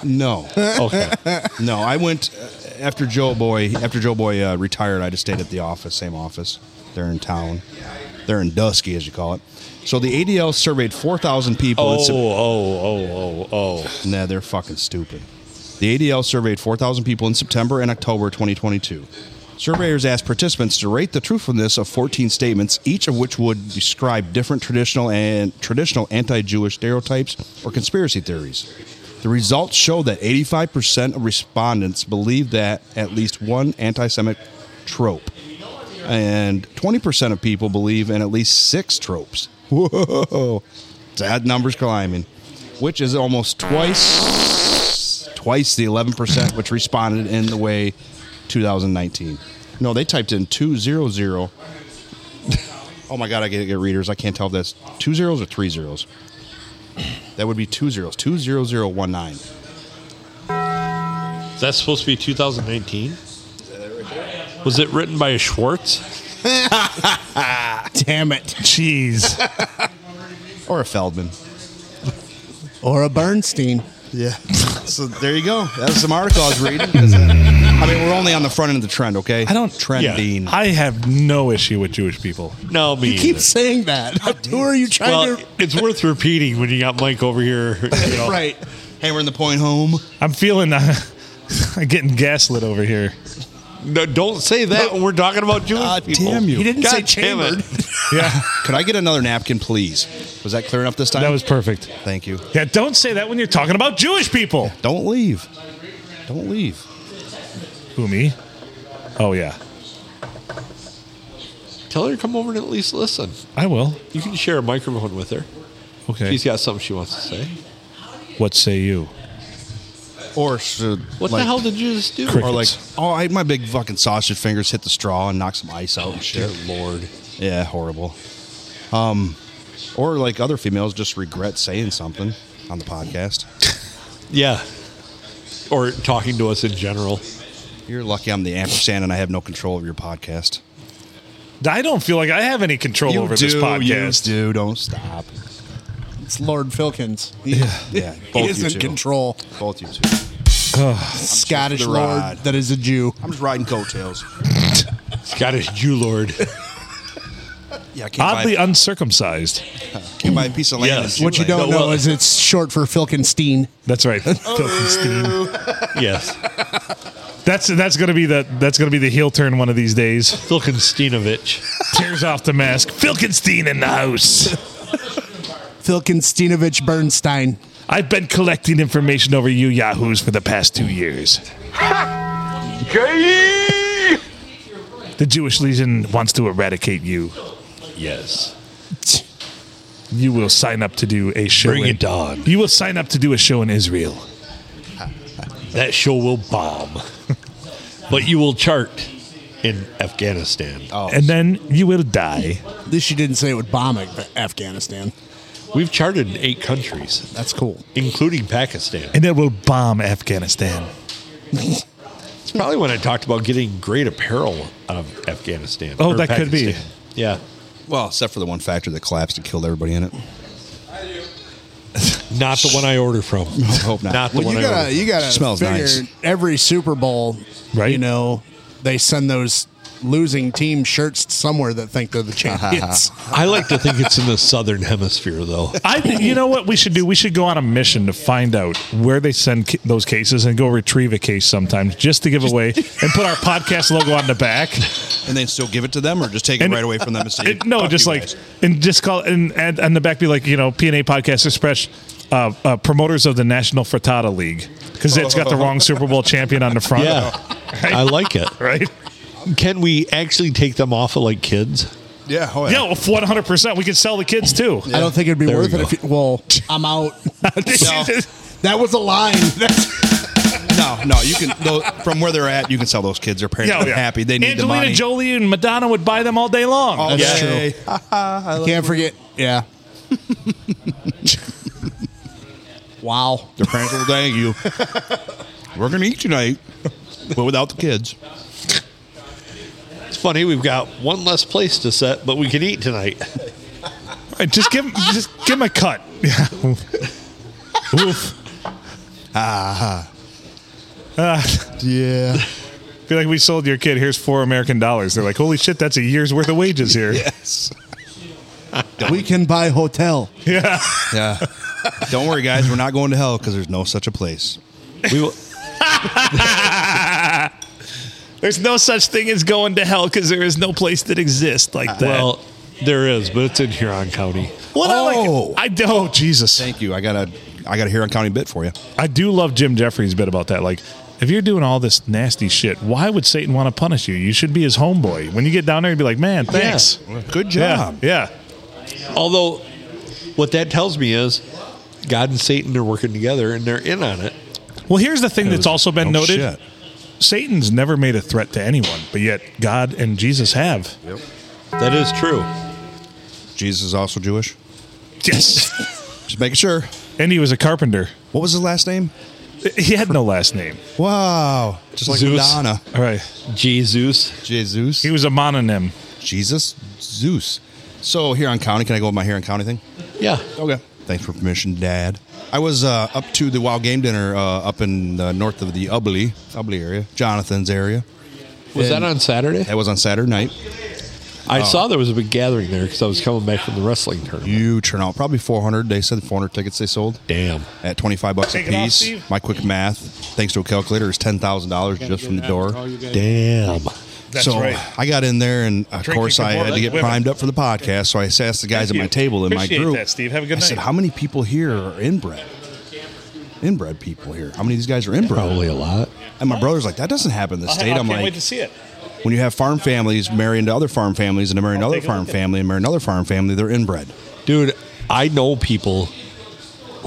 C: No,
A: Okay.
C: no. I went uh, after Joe Boy. After Joe Boy uh, retired, I just stayed at the office, same office. They're in town. They're in Dusky, as you call it. So the ADL surveyed four thousand people.
A: oh,
C: in Sep-
A: oh, oh, oh, oh.
C: Nah, they're fucking stupid. The ADL surveyed 4,000 people in September and October 2022. Surveyors asked participants to rate the truthfulness of 14 statements, each of which would describe different traditional and traditional anti-Jewish stereotypes or conspiracy theories. The results show that 85% of respondents believe that at least one anti-Semitic trope, and 20% of people believe in at least six tropes. Whoa, that number's climbing, which is almost twice twice the 11% which responded in the way 2019. No, they typed in 200. Oh my god, I get, get readers. I can't tell if that's two zeros or three zeros. That would be two zeros. 20019.
A: Is that supposed to be 2019? Was it written by a Schwartz?
F: Damn it.
B: Jeez.
C: Or a Feldman.
F: Or a Bernstein.
C: Yeah. so there you go. That was some article I was reading. uh, I mean, we're only on the front end of the trend, okay?
B: I don't-
C: trending.
B: I have no issue with Jewish people.
A: No, me.
F: Keep
A: either.
F: saying that. Who are you trying
A: well,
F: to?
A: it's worth repeating when you got Mike over here. You know.
F: Right.
C: Hammering the point home.
B: I'm feeling uh, getting gaslit over here.
A: No, don't say that when we're talking about Jewish
C: Ah,
A: people.
C: damn you. He
F: didn't
A: God
F: say
A: damn it.
B: Yeah,
C: Could I get another napkin, please? Was that clear enough this time?
B: that was perfect.
C: Thank you.
B: Yeah, don't say that when you're talking about Jewish people.
C: Don't leave. Don't leave.
B: Who me? Oh yeah,
A: Tell her to come over and at least listen.
B: I will.
A: You can share a microphone with her.
B: Okay.
A: She's got something she wants to say.
B: What say you?
C: Or should
A: What
C: like-
A: the hell did you just do?
B: Cricket.
C: Or like,
B: Crickets.
C: oh, I, my big fucking sausage fingers hit the straw and knock some ice out and shit.
A: Lord.
C: Yeah, horrible. Um, or like other females just regret saying something on the podcast.
A: Yeah. Or talking to us in general.
C: You're lucky I'm the ampersand and I have no control of your podcast.
B: I don't feel like I have any control over this podcast.
C: You do. Don't stop.
F: It's Lord Filkins. He,
C: Yeah,
F: he
C: both
F: is
C: you
F: in
C: two.
F: control.
C: Both you two.
F: Scottish
C: the
F: Lord
C: ride.
F: that is a Jew.
C: I'm just riding coattails.
A: Scottish Jew Lord.
C: Yeah, I can't,
B: Oddly
C: buy,
B: uncircumcised.
C: can't buy a piece of land.
A: Yes.
C: in
A: What
F: What you
C: Jubilee.
F: don't
A: No,
F: know
A: well-
F: is it's short for Filkenstein.
B: That's right. Filkenstein.
A: yes.
B: That's that's gonna be the that's gonna be the heel turn one of these days.
A: Filkensteinovich.
B: Tears off the mask. Filkenstein in the house.
F: Filkensteinovich Bernstein.
B: I've been collecting information over you yahoos for the past two years. The Jewish Legion wants to eradicate you.
A: Yes.
B: You will sign up to do a show.
A: Bring
B: in-
A: it on.
B: You will sign up to do a show in Israel.
A: That show will bomb. but you will chart in Afghanistan.
B: And then you will die.
F: At least you didn't say it would bomb Af- Afghanistan.
A: We've charted in eight countries,
F: That's cool.
A: including Pakistan.
B: And it will bomb Afghanistan.
A: It's probably when I talked about getting great apparel out of Afghanistan.
B: Oh,
A: or
B: that could be.
A: Pakistan. Yeah.
C: Well, except for the one factory that collapsed and killed everybody in it.
A: Not the one I order from.
C: I hope not.
A: Not the
F: Well,
A: one
F: you
A: I
F: gotta,
A: order.
F: you gotta
C: Smells
F: figure
C: nice.
F: every Super Bowl,
B: Right.
F: You know, they send those losing team shirts somewhere that think they're the champions.
A: I like to think it's in the southern hemisphere, though.
B: I, think- you know what we should do? We should go on a mission to find out where they send ca- those cases and go retrieve a case sometimes just to give away and put our podcast logo on the back.
C: And then still give it to them or just take it
B: And-
C: right away from them and say,
B: It- no,
C: "Fuck
B: just
C: you
B: like
C: guys."
B: and just call and and on the back be like you know P and A Podcast Express uh, uh, promoters of the National Frittata League because it's got the wrong Super Bowl champion on the front.
A: Yeah, I like it.
B: Right?
A: Can we actually take them off of like kids?
C: Yeah. Oh,
B: Yeah, 100%. We could sell the kids too.
F: I don't think it'd be
A: There we
F: worth it.
A: go.
F: If you, well, I'm out. that was a line. That's,
C: No, no. You can though, from where they're at, you can sell those kids. Their parents
B: Yeah, oh,
C: are
B: yeah.
C: happy. They need
B: Angelina
C: the money.
B: Jolie and Madonna would buy them all day long.
C: All
F: That's
C: day.
F: can't forget. Yeah. wow.
C: Their parents will thank you. We're gonna eat tonight, but without the kids.
A: It's funny. We've got one less place to set, but we can eat tonight.
B: All right, Just give 'em- just give 'em a cut. Yeah. Oof.
C: Uh-huh.
B: Ah.
F: Yeah.
B: Be like, we sold your kid. Here's four American dollars. They're like, holy shit, that's a year's worth of wages here.
C: Yes.
F: we can buy hotel.
C: Yeah. Don't worry, guys. We're not going to hell because there's no such a place.
A: We will,
B: There's no such thing as going to hell because there is no place that exists like that.
A: well, there is, but it's in Huron County.
B: what
C: Oh.
B: I like, I do. Oh, Jesus,
C: Thank you. I got a I got a Huron County bit for you.
B: I do love Jim Jeffries' bit about that. Like, if you're doing all this nasty shit, why would Satan want to punish you? You should be his homeboy. When you get down there, you'd be like, man, thanks.
C: Good
B: Yeah,
C: job.
B: yeah.
A: Although, what that tells me is God and Satan are working together and they're in on it.
B: Well, here's the thing that's also been
C: No
B: noted:
C: Oh, shit.
B: Satan's never made a threat to anyone, but yet God and Jesus have.
A: That is true.
C: Jesus is also Jewish.
B: Yes,
C: Just making sure.
B: and he was a carpenter.
C: What was his last name?
B: He had no last name.
C: Wow. Just like
A: Zeus.
C: Madonna.
B: All right,
A: Jesus.
C: Jesus.
B: he was a mononym.
C: Jesus. Zeus. So Huron County. Can I go with my Huron County thing?
A: Yeah.
C: Okay. Thanks for permission, Dad. I was uh, up to the Wild Game Dinner uh, up in the north of the Ubley, Ubley area, Jonathan's area.
A: Was that on Saturday?
C: That was on Saturday night.
A: I saw there was a big gathering there because I was coming back from the wrestling tournament.
C: Huge turnout, probably 400. They said 400 tickets they sold.
A: Damn.
C: at 25 bucks a
B: Take it off,
C: piece.
B: Steve.
C: My quick math, thanks to a calculator, is $10,000 just from the door.
A: Damn.
B: That's
C: so
B: right.
C: I got in there, and of
B: Drinking
C: course, I
B: before
C: had to get
B: women.
C: primed up for the podcast. So I asked the guys
B: Thank
C: at my
B: you.
C: table in my
B: Appreciate
C: group.
B: that, Steve. Have a good
C: I said,
B: night.
C: How many people here are inbred? Inbred people here. How many of these guys are inbred?
A: Probably a lot.
C: And my brother's like, That doesn't happen in the state. I'm like,
B: see it.
C: When you have farm families marry into other farm families, and they marry another
B: take a
C: farm
B: look at it.
C: family, and marry another farm family, they're inbred.
A: Dude, I know people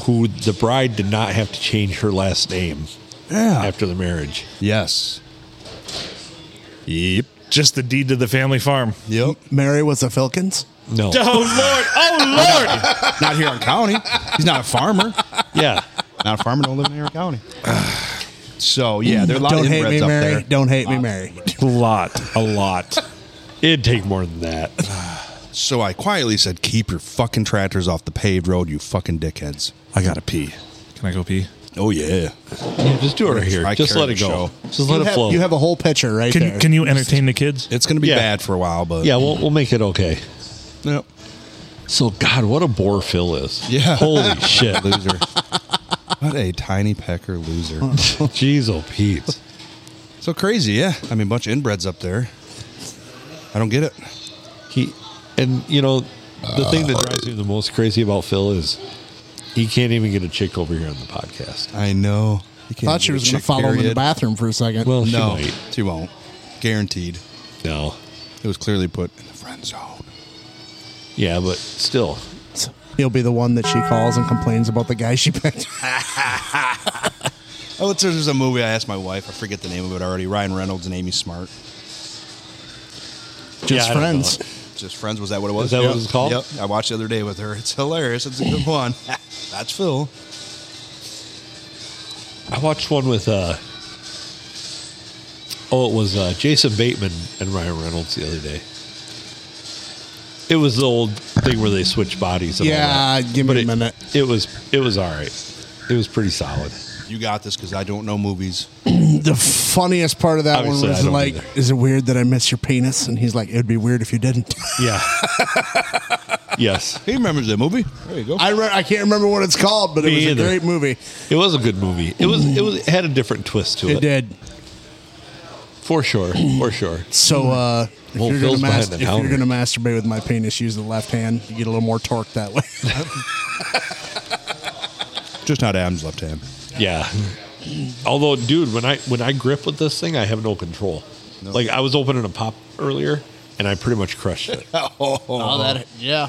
A: who the bride did not have to change her last name
F: Ah.
C: Yeah.
A: after the marriage.
C: Yes.
B: Yep. Just the deed to the family farm.
C: Yep.
F: Mary was a Filkins.
A: No.
B: Oh Lord! Oh Lord!
C: not here in county. He's not a farmer.
A: Yeah.
C: Not a farmer, don't live in Aaron County. so yeah, there are a lot of
F: Don't hate me,
C: inbreds up
F: Mary.
C: there.
F: Don't hate me, Mary.
B: A lot, a lot.
A: It'd take more than that.
C: So I quietly said, "Keep your fucking tractors off the paved road, you fucking dickheads."
B: I gotta pee. Can I go pee?
C: Oh yeah,
A: Yeah, just do it right here.
C: I
A: just
C: carry
A: let it
C: the
A: go.
C: show.
A: Just let
F: you,
A: it
F: have,
A: flow.
F: you have a whole picture right
B: Can
F: there.
B: you can you entertain the kids?
C: it's gonna be
A: Yeah.
C: bad for a while, but
A: yeah, we'll, we'll make it okay.
C: Yep.
A: So, God, what a bore Phil is.
C: Yeah.
A: Holy shit.
C: loser. what a tiny pecker loser.
A: Jeez, oh, Pete.
C: so crazy, yeah. I mean, bunch of inbreds up there. I don't get it.
A: He, and, you know, the thing that drives me the most crazy about Phil is he can't even get a chick over here on the podcast.
C: I know. You can't
F: Thought she
C: get a
F: was going
C: chick,
F: to follow him in the
C: period.
F: bathroom for a second.
A: Well, she
C: No,
A: might.
C: she won't. Guaranteed.
A: No.
C: It was clearly put in the friend zone.
A: Yeah, but still.
F: he'll be the one that she calls and complains about the guy she picked.
C: Oh, it's, there's a movie I asked my wife. I forget the name of it already. Ryan Reynolds and Amy Smart.
F: Just
A: I don't
F: friends.
C: Just Friends. Was that what it was?
A: Is that what it was called?
C: Yep. I watched the other day with her. It's hilarious. It's a good one. That's Phil.
A: I watched one with, uh, oh, it was uh, Jason Bateman and Ryan Reynolds the other day. It was the old thing where they switch bodies. And all
F: Yeah,
A: that.
F: give me
A: But
F: a
A: it-
F: minute.
A: It was it was all right. It was pretty solid.
C: You got this because I don't know movies.
F: The funniest part of that
A: Obviously,
F: one
A: I
F: was
A: don't
F: like,
A: either.
F: "Is it weird that I miss your penis?" And he's like, "It'd be weird if you didn't."
A: Yeah. yes.
C: He remembers that movie. There you go.
F: I re- I can't remember what it's called, but it
A: Me
F: was
A: either.
F: a great movie.
A: It was a good movie. It was it was it had a different twist to it.
F: It did.
A: For sure. For sure.
F: So uh, if,
A: Mm. Well,
F: you're gonna,
A: Phil's
F: mas-
A: behind
F: if
A: the counter.
F: you're gonna masturbate with my penis, use the left hand. You get a little more torque that way.
C: Just not Adam's left hand.
A: Yeah. Although, dude, when I when I grip with this thing, I have no control. Like I was opening a pop earlier, and I pretty much crushed it.
F: Oh, that yeah.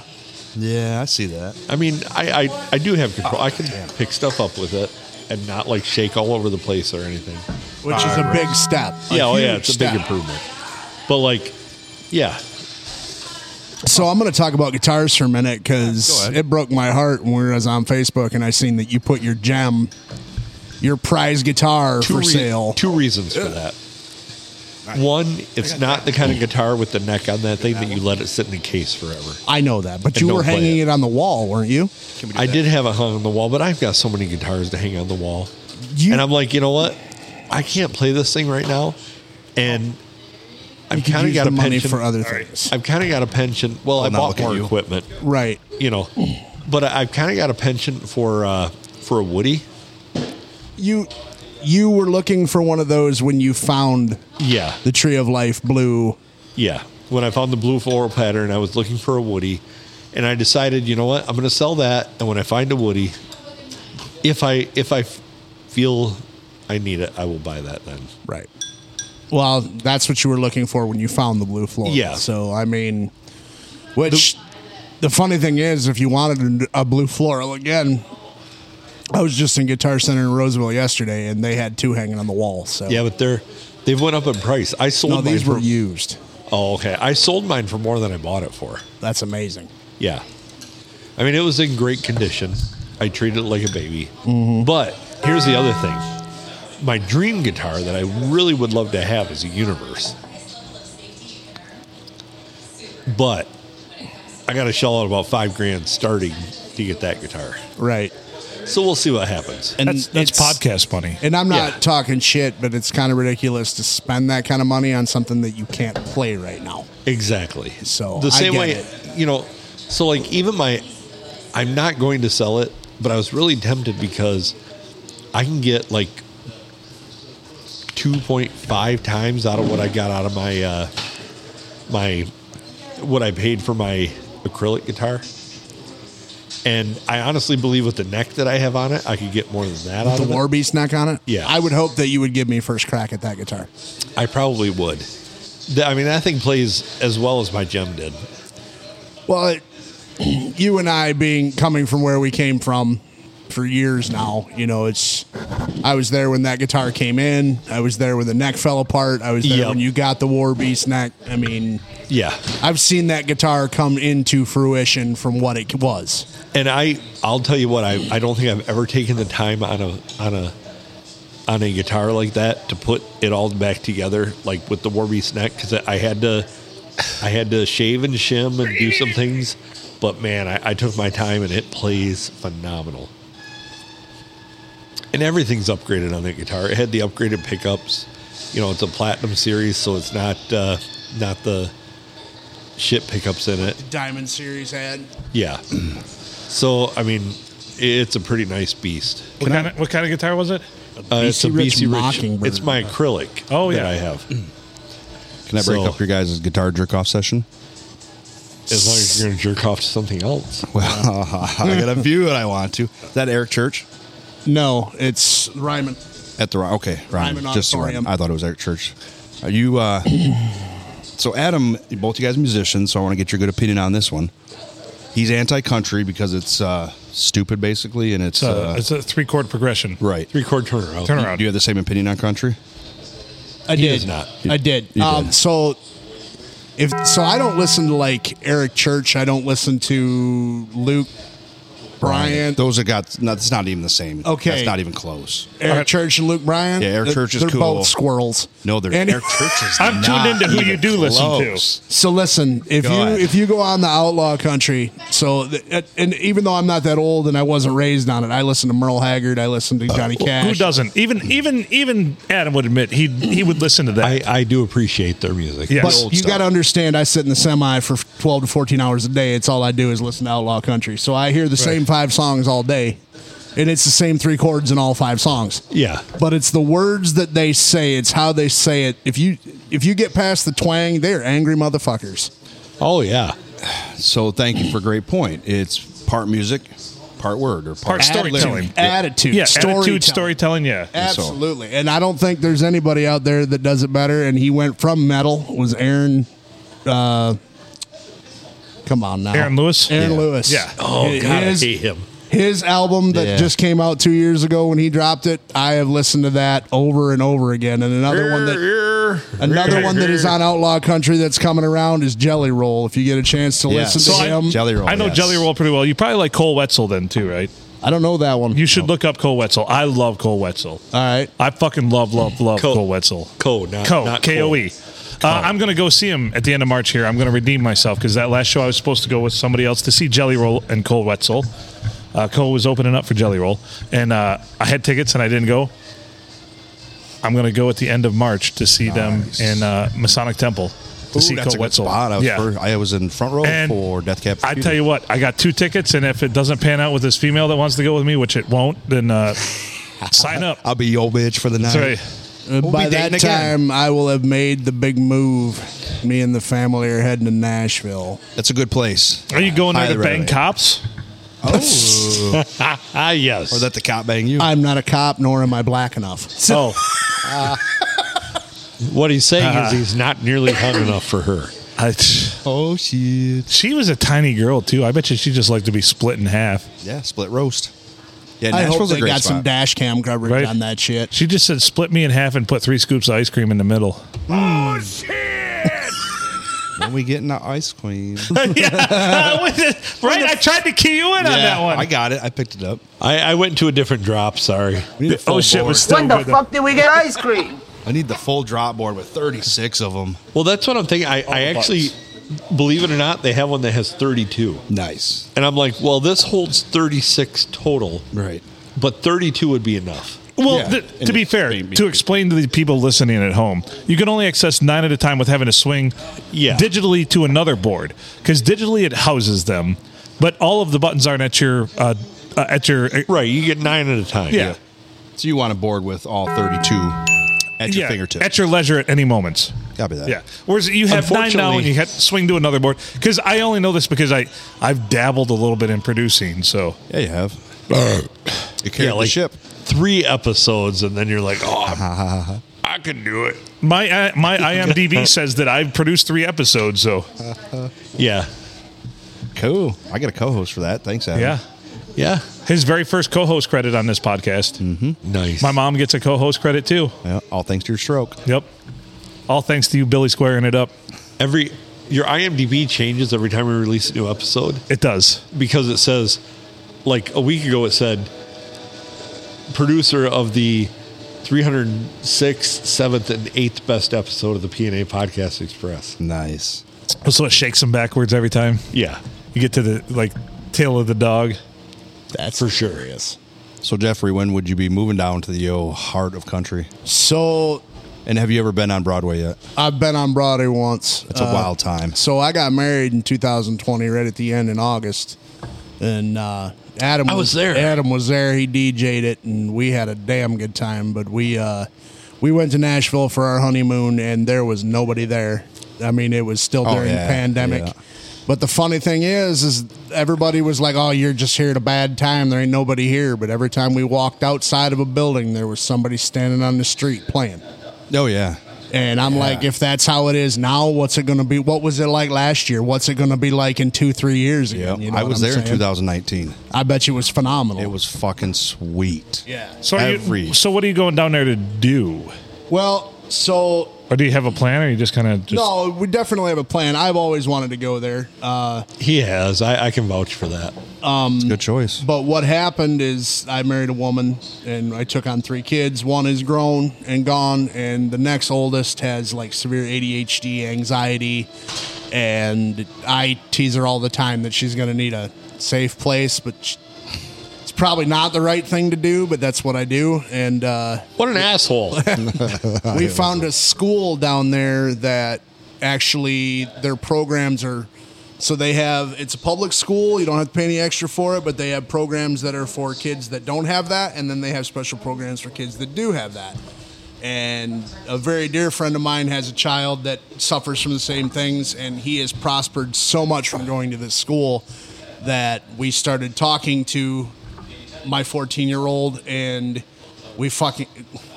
C: Yeah, I see that.
A: I mean, I I, I do have control. I can pick stuff up with it and not like shake all over the place or anything.
F: Which is a big step. a
A: yeah, oh yeah,
F: huge
A: it's a
F: step.
A: big improvement. But like, yeah,
F: So I'm going to talk about guitars for a minute because it broke my heart when I was on Facebook and I seen that you put your gem, your prize guitar for
A: rea-
F: sale.
A: Two reasons for that. One, it's not the kind of guitar with the neck on that thing that you let it sit in the case forever.
F: I know that, but
A: And
F: you
A: don't
F: were
A: play
F: hanging
A: it.
F: it. on the wall, weren't you?
A: I did have it hung on the wall, but I've got so many guitars to hang on the wall.
F: You-
A: and I'm like, you know what? I can't play this thing right now. And I've kind of
F: Use
A: got a
F: the money
A: pension
F: for other things,
A: I've kind of got a penchant. Well, I
C: now
A: bought
C: look at
A: more
C: you.
A: equipment,
F: right?
A: you know, but I, I've kind of got a penchant for uh, for a Woody.
F: You you were looking for one of those when you found
A: Yeah,
F: the Tree of Life blue.
A: Yeah. When I found the blue floral pattern, I was looking for a Woody. And I decided, you know what? I'm going to sell that. And when I find a Woody, if I if I f- feel I need it, I will buy that then.
F: Right. Well, that's what you were looking for when you found the blue floor.
A: Yeah.
F: So I mean, which the, funny thing is, if you wanted a a blue floral again, I was just in Guitar Center in Roseville yesterday, and they had two hanging on the wall. So
A: Yeah, but they're they've went up in price. I sold
F: no,
A: mine
F: these
A: for,
F: were used.
A: Oh, okay. I sold mine for more than I bought it for.
F: That's amazing.
A: Yeah. I mean, it was in great condition. I treated it like a baby. But here's the other thing. My dream guitar that I really would love to have is a Universe. But I got to shell out about five grand starting to get that guitar.
F: Right.
A: So we'll see what happens.
F: And
B: That's, that's
F: it's-
B: podcast money.
F: And I'm not
A: Yeah.
F: talking shit, but it's kind of ridiculous to spend that kind of money on something that you can't play right now.
A: Exactly.
F: So,
A: the
F: I
A: same
F: get
A: way,
F: it.
A: you know, so like even my, I'm not going to sell it, but I was really tempted because I can get like 2.5 times out of what I got out of my, uh, my, what I paid for my acrylic guitar. And I honestly believe with the neck that I have on it, I could get more than that out
F: The
A: of it.
F: War Beast neck on it.
A: Yeah.
F: I would hope that you would give me first crack at that guitar.
A: I probably would. Th- I mean, that thing plays as well as my gem did.
F: Well, it, you and I being coming from where we came from for years now, you know, it's. I was there when that guitar came in. I was there when the neck fell apart. I was there
A: Yep.
F: when you got the War Beast neck. I mean,
A: Yeah.
F: I've seen that guitar come into fruition from what it was.
A: And I, I'll tell you what, I, I don't think I've ever taken the time on a on a on a guitar like that to put it all back together, like with the Warbeast neck, because I had to, I had to shave and shim and do some things. But man, I, I took my time and it plays phenomenal. And everything's upgraded on that guitar. It had the upgraded pickups. You know, it's a platinum series, so it's not uh, not the shit pickups in it.
F: Diamond Series had.
A: Yeah. so I mean, it's a pretty nice beast.
B: What kind, of, what kind of guitar was it?
A: Uh, it's a
F: BC Rich
A: BC
F: Mockingbird.
A: It's my acrylic.
B: Oh,
A: that
B: yeah.
A: I have.
C: Can I break
A: So-
C: up your guys' guitar jerk off session?
A: As long as you're gonna jerk off to something else.
C: Well, I got a view and I want to. Is that Eric Church
F: No, it's Ryman.
C: at the Ry- okay Ryan?
F: Ryman
C: Just the
F: Auditorium.
C: Ryan. I thought it was Eric Church. Are you? uh So Adam, both you guys are musicians, so I want to get your good opinion on this one. He's anti-country because it's uh stupid, basically, and it's,
B: It's a,
C: uh,
B: it's a three chord progression.
C: right.
A: Three chord turnaround.
B: Turnaround.
C: Do you have the same opinion on country?
F: I
A: He
F: did
A: is not.
F: I did.
C: You
F: um,
C: did.
F: So if so, I don't listen to like Eric Church. I don't listen to Luke Bryant.
C: Those are got. No, it's not even the same.
F: Okay.
C: that's not even close.
F: Eric
B: Alright.
F: Church and Luke Bryan.
C: Yeah, Eric
F: they're-
C: Church is
F: they're
C: cool.
F: both squirrels.
C: No, they're
F: And-
C: Eric Church is.
B: I'm tuned
C: not
B: into who
C: even
B: you do listen to.
C: close.
F: So listen, if
C: Go
F: you
C: ahead.
F: if you go on the outlaw country, so th- uh, and even though I'm not that old and I wasn't raised on it, I listen to Merle Haggard, I listen
C: Uh,
F: to Johnny Cash.
B: Who doesn't? Even even even Adam would admit he he would listen to that.
A: I, I do appreciate their music.
B: Yes.
F: But
B: The
C: old
F: you
C: stuff.
F: got to understand, I sit in the semi for 12 to 14 hours a day. It's all I do is listen to outlaw country. So I hear the same five songs all day, and it's the same three chords in all five songs.
A: Yeah.
F: But it's the words that they say. It's how they say it. If you if you get past the twang, they're angry motherfuckers.
A: Oh yeah.
C: So thank you for a great point. It's part music, part word or part,
B: Part storytelling.
F: Attitude,
B: Yeah,
F: storytelling.
B: attitude, storytelling. Yeah.
F: Absolutely. And I don't think there's anybody out there that does it better. And he went from metal, was Aaron. Uh, come on now.
B: Aaron Lewis?
F: Aaron
B: Yeah.
F: Lewis.
B: Yeah.
A: Oh,
F: His-
A: God, I hate him.
F: His album that
G: Yeah.
F: just came out two years ago when he dropped it, I have listened to that over and over again. And another one that another one that is on Outlaw Country that's coming around is Jelly Roll. If you get a chance to
C: Yes.
F: listen
B: So
F: to
B: I-
F: him,
C: Jelly roll.
B: I know
C: yes.
B: Jelly Roll pretty well. You probably like Cole Wetzel then too, right?
F: I don't know that one.
B: You should look up Cole Wetzel. I love Cole Wetzel.
F: All right.
B: I fucking love, love, love
A: Cole.
B: Cole, Wetzel.
A: Co, not
B: Co.
A: not
B: K O E. Uh, I'm going to go see him at the end of March here. I'm going to redeem myself because that last show I was supposed to go with somebody else to see Jelly Roll and Cole Wetzel. Uh, Cole was opening up for Jelly Roll, and uh, I had tickets and I didn't go. I'm going to go at the end of March to see them in uh, Masonic Temple to
C: Ooh,
B: see
C: that's
B: Cole
C: a good
B: Wetzel.
C: spot. I was,
B: Yeah.
C: first- I was in front row
B: And
C: for Death Cab. for
B: I
C: Cutie.
B: tell you what, I got two tickets, and if it doesn't pan out with this female that wants to go with me, which it won't, then uh, sign up.
C: I'll be your bitch for the night.
B: Sorry.
F: Uh, By
C: be
F: that
C: dating again.
F: time, I will have made the big move. Me and the family are heading to Nashville.
C: That's a good place.
B: Are you going there to
C: Highly
B: bang
C: recommend.
B: cops?
C: Oh.
A: Ah, yes.
C: or let the cop bang you.
F: I'm not a cop, nor am I black enough.
B: Oh,
A: what he's saying
B: Uh-huh.
A: is he's not nearly hung enough for her.
B: I,
C: oh shit.
B: she was a tiny girl too. I bet you she just liked to be split in half.
C: Yeah, split roast. Yeah,
F: I hope
C: Nashville's a
F: they
C: great
F: got some
C: spot.
F: dash cam coverage
B: Right.
F: on that shit.
B: She just said, "Split me in half and put three scoops of ice cream in the middle."
C: when we get into ice cream.
B: yeah, What the- right. I tried to key you in on that one.
C: I got it. I picked it up.
A: I, I went to a different drop. Sorry.
C: I need the full
B: oh shit,
C: board.
B: was still
E: When the
B: good.
E: fuck did we get ice cream?
C: I need the full drop board with 36 of them.
A: Well, that's what I'm thinking. I, I
C: the
A: actually, believe it or not, they have one that has 32.
C: Nice.
A: And I'm like, well, this holds 36 total,
C: Right.
A: but 32 would be enough.
B: Well,
C: Yeah.
B: th-
C: And
B: to be
C: it's
B: fair,
C: being beat.
B: to explain to the people listening at home, you can only access nine at a time with having to swing
A: Yeah.
B: digitally to another board because digitally it houses them, but all of the buttons aren't at your uh, uh, at your uh,
A: Right. You get nine at a time.
B: yeah
C: So you want a board with all 32 at your
B: yeah,
C: fingertips.
B: at your leisure at any moments.
C: Copy that.
B: Yeah. Whereas you have nine now and
A: Unfortunately-
B: you have to swing to another board because I only know this because I I've dabbled a little bit in producing. So
C: Yeah, you have. you carried
A: Yeah,
C: the
A: like
C: ship.
A: three episodes, and then you're like, oh, I can do it.
B: my uh, my IMDb says that I've produced three episodes. So
C: Uh-huh.
A: Yeah.
C: Cool. I got a co-host for that. Thanks, Adam.
B: yeah.
A: Yeah.
B: His very first co-host credit on this podcast.
A: Nice.
B: My mom gets a co-host credit too.
C: Mm-hmm. Yeah, all thanks to your stroke.
B: Yep. All thanks to you, Billy, squaring it up.
A: Every your IMDb changes every time we release a new episode
B: It does.
A: because it says, like a week ago, it said producer of the 306th, 7th, and 8th best episode of the PNA Podcast Express.
C: Nice.
B: So it shakes him backwards every time.
A: Yeah,
B: You get to the like tail of the dog.
F: That's for sure is.
C: So Jeffrey, when would you be moving down to the old heart of country?
F: So
C: And have you ever been on Broadway yet?
F: I've been on Broadway once.
C: It's a wild time.
F: So I got married in 2020, right at the end in August, and uh, Adam
A: I was there.
F: Adam was there. He DJ'd it, and we had a damn good time. But we uh, we went to Nashville for our honeymoon, and there was nobody there. I mean, it was still
C: Oh,
F: during
C: yeah,
F: the pandemic.
C: yeah.
F: But the funny thing is, is everybody was like, "Oh, you're just here at a bad time. There ain't nobody here." But every time we walked outside of a building, there was somebody standing on the street playing.
C: Oh yeah.
F: And I'm like, if that's how it is now, what's it going to be? What was it like last year? What's it going to be like in two, three years?
C: Yeah.
F: Again? You know
C: I
F: what
C: was
F: I'm
C: there in
F: saying?
C: 2019.
F: I bet you it was phenomenal.
C: It was fucking sweet.
F: Yeah.
B: So are
C: Every-
B: you, so what are you going down there to do?
F: Well, so
B: Or do you have a plan or you just kind of just
F: no, we definitely have a plan. I've always wanted to go there. Uh,
A: he has. I, I can vouch for that.
C: It's a good choice.
F: but what happened is I married a woman and I took on three kids. One is grown and gone, and the next oldest has like severe ADHD, anxiety. And I tease her all the time that she's going to need a safe place, but sh it's probably not the right thing to do, but that's what I do. And, uh,
A: What an asshole!
F: we found a school down there that actually their programs are so they have it's a public school you don't have to pay any extra for it but they have programs that are for kids that don't have that and then they have special programs for kids that do have that and a very dear friend of mine has a child that suffers from the same things and he has prospered so much from going to this school that we started talking to my 14 year old and we fucking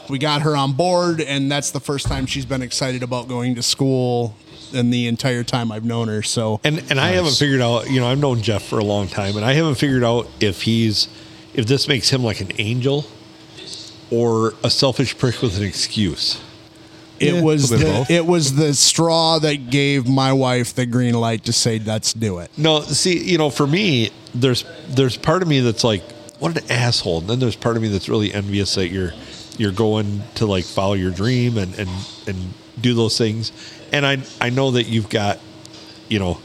F: we got her on board and that's the first time she's been excited about going to school in the entire time I've known her so
A: And and I haven't figured out. You know, I've known Jeff for a long time, and I haven't figured out if he's if this makes him like an angel or a selfish prick with an excuse.
F: it
C: Yeah,
F: was
C: a bit of
F: the,
C: both.
F: it was the straw that gave my wife the green light to say let's do it
A: No, see, you know, for me, there's there's part of me that's like, what an asshole, and then there's part of me that's really envious that you're you're going to like follow your dream and and and do those things, and I I know that you've got, you know,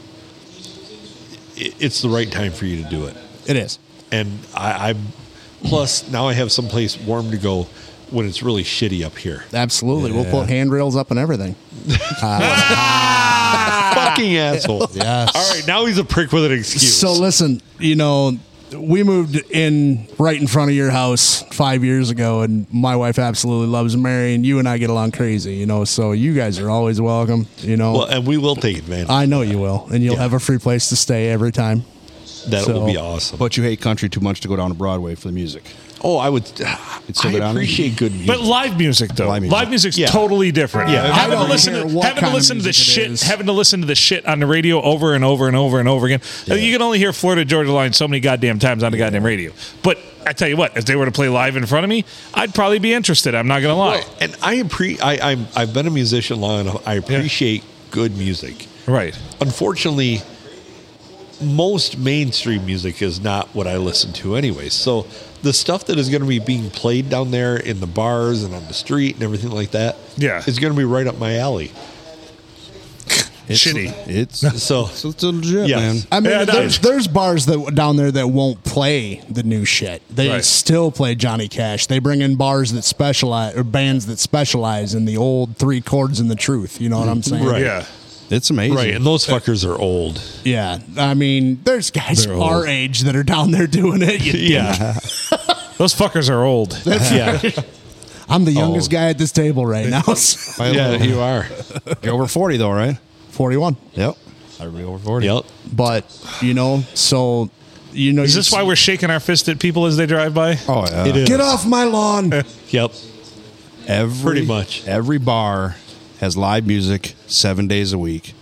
A: i- it's the right time for you to do it,
F: it is
A: and I, I plus now I have someplace warm to go when it's really shitty up here.
F: absolutely we'll put handrails up and everything Ah.
A: Fucking asshole.
G: Yes.
A: All right, now he's a prick with an excuse.
F: So listen, you know, we moved in right in front of your house five years ago, and my wife absolutely loves Mary, and you and I get along crazy, you know. So you guys are always welcome, you know.
A: well, and we will take advantage.
F: I know you will, and you'll
A: Yeah.
F: have a free place to stay every time.
A: that will
F: so-
A: be awesome.
C: But you hate country too much to go down to Broadway for the music.
A: Oh, I would.
C: so
A: I
C: good on him.
A: appreciate good music.
B: But live music though,
C: Live
B: live,
C: music.
B: music's
A: Yeah.
B: totally different.
A: Yeah. I
B: having to
F: don't
B: listen
F: care
B: to
F: what
B: having to
F: kind of
B: listen to the
F: music it
B: shit,
F: is.
B: having to listen to the shit on the radio over and over and over and over again. Uh, You can only hear Florida Georgia Line so many goddamn times on the goddamn radio. But I tell you what, if they were to play live in front of me, I'd probably be interested. I'm not gonna lie.
A: Well, and I appre- I, I'm, I've been a musician long enough. I appreciate good music.
B: Right.
A: Unfortunately, most mainstream music is not what I listen to anyway. So the stuff that is going to be being played down there in the bars and on the street and everything like that,
B: Yeah.
A: is going to be right up my alley.
C: It's,
B: Shitty.
C: It's
A: So
C: so it's legit,
A: Yes.
C: man.
F: I mean,
B: Yeah, that
F: there's,
B: is-
F: there's bars that down there that won't play the new shit. They
B: Right.
F: still play Johnny Cash. They bring in bars that specialize or bands that specialize in the old three chords and the truth. You know what I'm saying?
A: Right.
B: Yeah.
C: It's amazing.
A: right, and those fuckers are old.
F: Yeah, I mean, there's guys
B: They're
F: our
B: old.
F: age that are down there doing it. You-
A: Yeah,
B: Those fuckers are old.
A: yeah,
F: I'm the youngest guy at this table right now. so-
C: By a
A: yeah.
C: little.
A: You are.
C: You're over 40 though, right?
F: 41.
C: Yep. Everybody over 40.
A: Yep.
F: But, you know, so, you know.
B: Is
F: you
B: this
F: see-
B: why we're shaking our fist at people as they drive by?
C: Oh yeah.
A: It is.
F: Get off my lawn.
A: Yep.
C: Every
A: Pretty much.
C: every bar has live music seven days a week.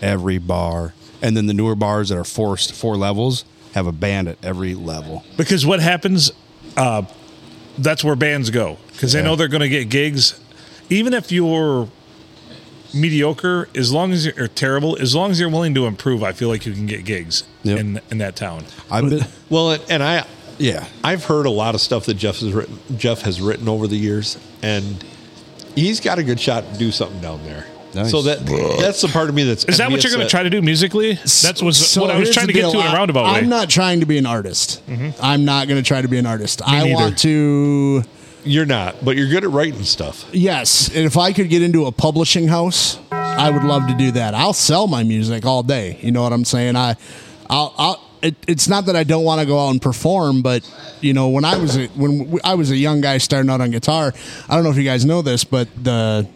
C: Every bar, and then the newer bars that are forced four levels have a band at every level.
B: Because what happens, uh, that's where bands go because they know they're going to get gigs, even if you're mediocre. As long as you're or terrible, as long as you're willing to improve, I feel like you can get gigs
C: Yep.
B: in in that town.
C: I've been,
A: Well, and- and I
C: yeah.
A: I've heard a lot of stuff that Jeff has written. Jeff has written over the years, and he's got a good shot to do something down there.
C: Nice.
A: So that that's the part of me that's
B: Is that what you're going to try to do musically? That's was
F: So
B: what I was
F: here's
B: trying to
F: the
B: get
F: deal.
B: to in a
F: I-
B: roundabout way. Mm-hmm.
F: I'm not trying to be an artist. I'm not going to try to be an artist. I
B: neither.
F: want to.
A: You're not, but you're good at writing stuff.
F: Yes, and if I could get into a publishing house, I would love to do that. I'll sell my music all day. You know what I'm saying? I, I'll, I'll it, it's not that I don't want to go out and perform, but you know, when I was a, when w- I was a young guy starting out on guitar, I don't know if you guys know this, but the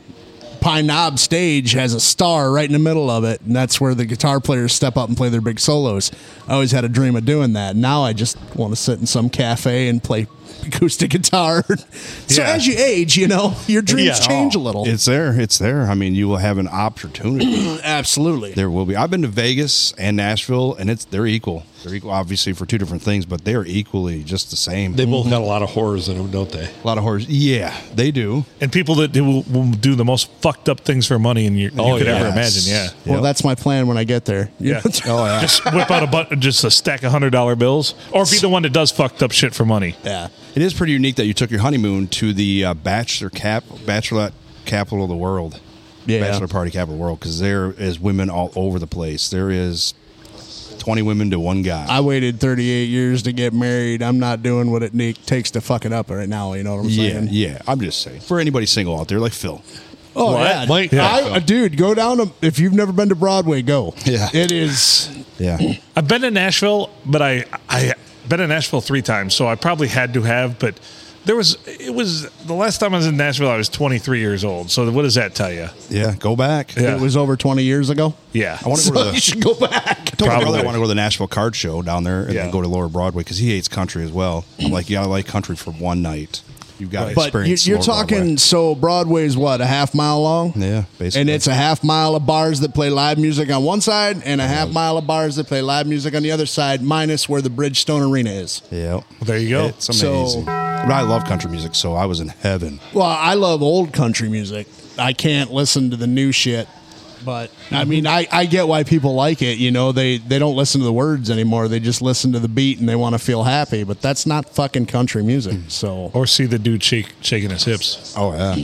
F: Pine Knob stage has a star right in the middle of it, and that's where the guitar players step up and play their big solos. I always had a dream of doing that. Now I just want to sit in some cafe and play acoustic guitar. so
B: Yeah.
F: as you age, you know, your dreams
A: Yeah.
F: change a little.
C: Oh, It's there. It's there. I mean, you will have an opportunity.
F: Absolutely.
C: there will be. I've been to Vegas and Nashville, and it's they're equal. They're equal, obviously, for two different things, but they're equally just the same.
A: They both got a lot of horrors in them, don't they?
C: a lot of horrors. Yeah, they do.
B: and people that do, will do the most fucked up things for money and you,
F: Oh,
B: you could ever imagine.
C: yes.
B: Yeah.
F: Well,
C: Yep.
F: that's my plan when I get there.
B: Yeah.
C: Oh, yeah.
B: Just whip out a butt, just a stack of hundred dollar bills, or be the one that does fucked up shit for money.
F: Yeah.
C: It is pretty unique that you took your honeymoon to the uh, bachelor cap, bachelorette capital of the world,
F: Yeah.
C: bachelor party capital of the world, because there is women all over the place. There is twenty women to one guy.
F: I waited 38 years to get married. I'm not doing what it ne- takes to fuck it up right now. You know what I'm
C: yeah,
F: saying?
C: yeah. I'm just saying for anybody single out there, like Phil.
F: Oh,
B: What?
F: yeah.
B: Mike-
F: I- uh, dude, go down. To, if you've never been to Broadway, go.
C: Yeah.
F: It is.
C: Yeah,
B: I've been to Nashville, but I I been to Nashville three times, so I probably had to have. But there was it was the last time I was in Nashville I was 23 years old. So what does that tell you?
C: Yeah, go back.
B: Yeah.
F: It was over 20 years ago.
B: Yeah.
C: I want to go to the.
F: should go back.
C: I told my brother I
B: Probably.
C: want to go to the Nashville Card Show down there and
B: Yeah.
C: then go to Lower Broadway because he hates country as well. I'm like, yeah, I like country for one night. You've got to
F: But you-
C: experience.
F: you're
C: Lower
F: talking
C: Broadway.
F: so Broadway's what a half mile long.
C: Yeah, basically.
F: And it's a half mile of bars that play live music on one side, and a half mile of bars that play live music on the other side, minus where the Bridgestone Arena is.
C: Yeah.
B: there you go.
C: It's
F: So-
C: amazing. but I love country music, so I was in heaven.
F: Well, I love old country music. I can't listen to the new shit, but I mean, I, I get why people like it. You know, they they don't listen to the words anymore. They just listen to the beat and they want to feel happy. But that's not fucking country music. So
B: Or see the dude shake, shaking his hips.
C: Oh yeah.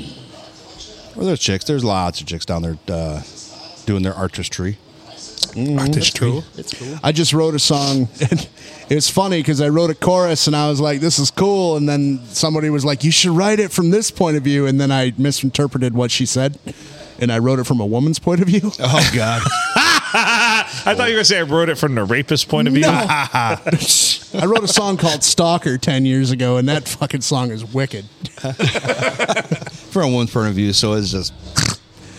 C: Well, there's chicks. There's lots of chicks down there uh, doing their artistry.
B: Artistry.
F: I just wrote a song. And it was funny because I wrote a chorus and I was like, "This is cool," and then somebody was like, "You should write it from this point of view," and then I misinterpreted what she said. And I wrote it from a woman's point of view.
C: Oh God.
B: I thought you were gonna say I wrote it from the rapist point of view.
F: I wrote a song called Stalker 10 years ago, and that fucking song is wicked.
B: Oh,
C: from one point of view, so it's just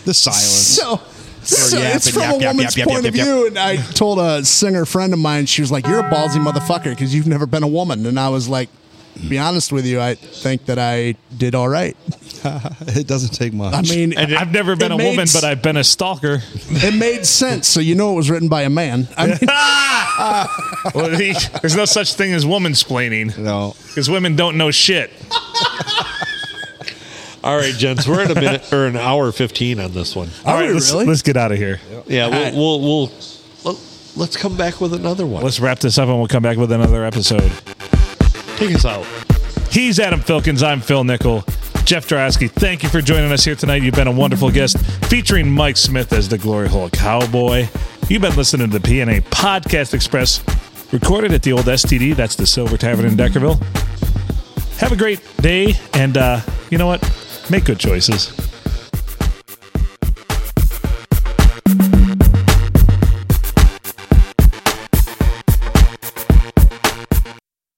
C: the silence.
B: Oh,
F: So, so
C: yap
F: it's
C: and
F: from
C: yap,
F: a
C: yap, yap,
F: woman's
C: yap,
F: point
C: yap,
F: of
C: yap.
F: view. And I told a singer friend of mine, she was like, You're a ballsy motherfucker because you've never been a woman. And I was like, to be honest with you, I think that I did all right.
C: it doesn't take much.
F: I mean,
B: And I've never been
F: it
B: a
F: made
B: woman,
F: s-
B: but I've been a stalker.
F: it made sense. So you know it was written by a man. I mean,
B: Well, he- there's no such thing as woman splaining
C: no.
B: because women don't know shit.
A: All right, gents, we're at a minute or an hour fifteen on this one.
B: All
F: Are we
B: let's,
F: really?
B: let's get out of here.
A: Yeah, we'll we'll, we'll let- let's come back with another one.
B: Let's wrap this up and we'll come back with another episode.
A: take us out.
B: He's Adam Filkins. I'm Phil Nickel. Jeff Drasky, thank you for joining us here tonight. You've been a wonderful guest featuring Mike Smith as the Glory Hole Cowboy. You've been listening to the PNA Podcast Express, recorded at the old STD. That's the Silver Tavern in Deckerville. Have a great day, and uh, you know what? Make good choices.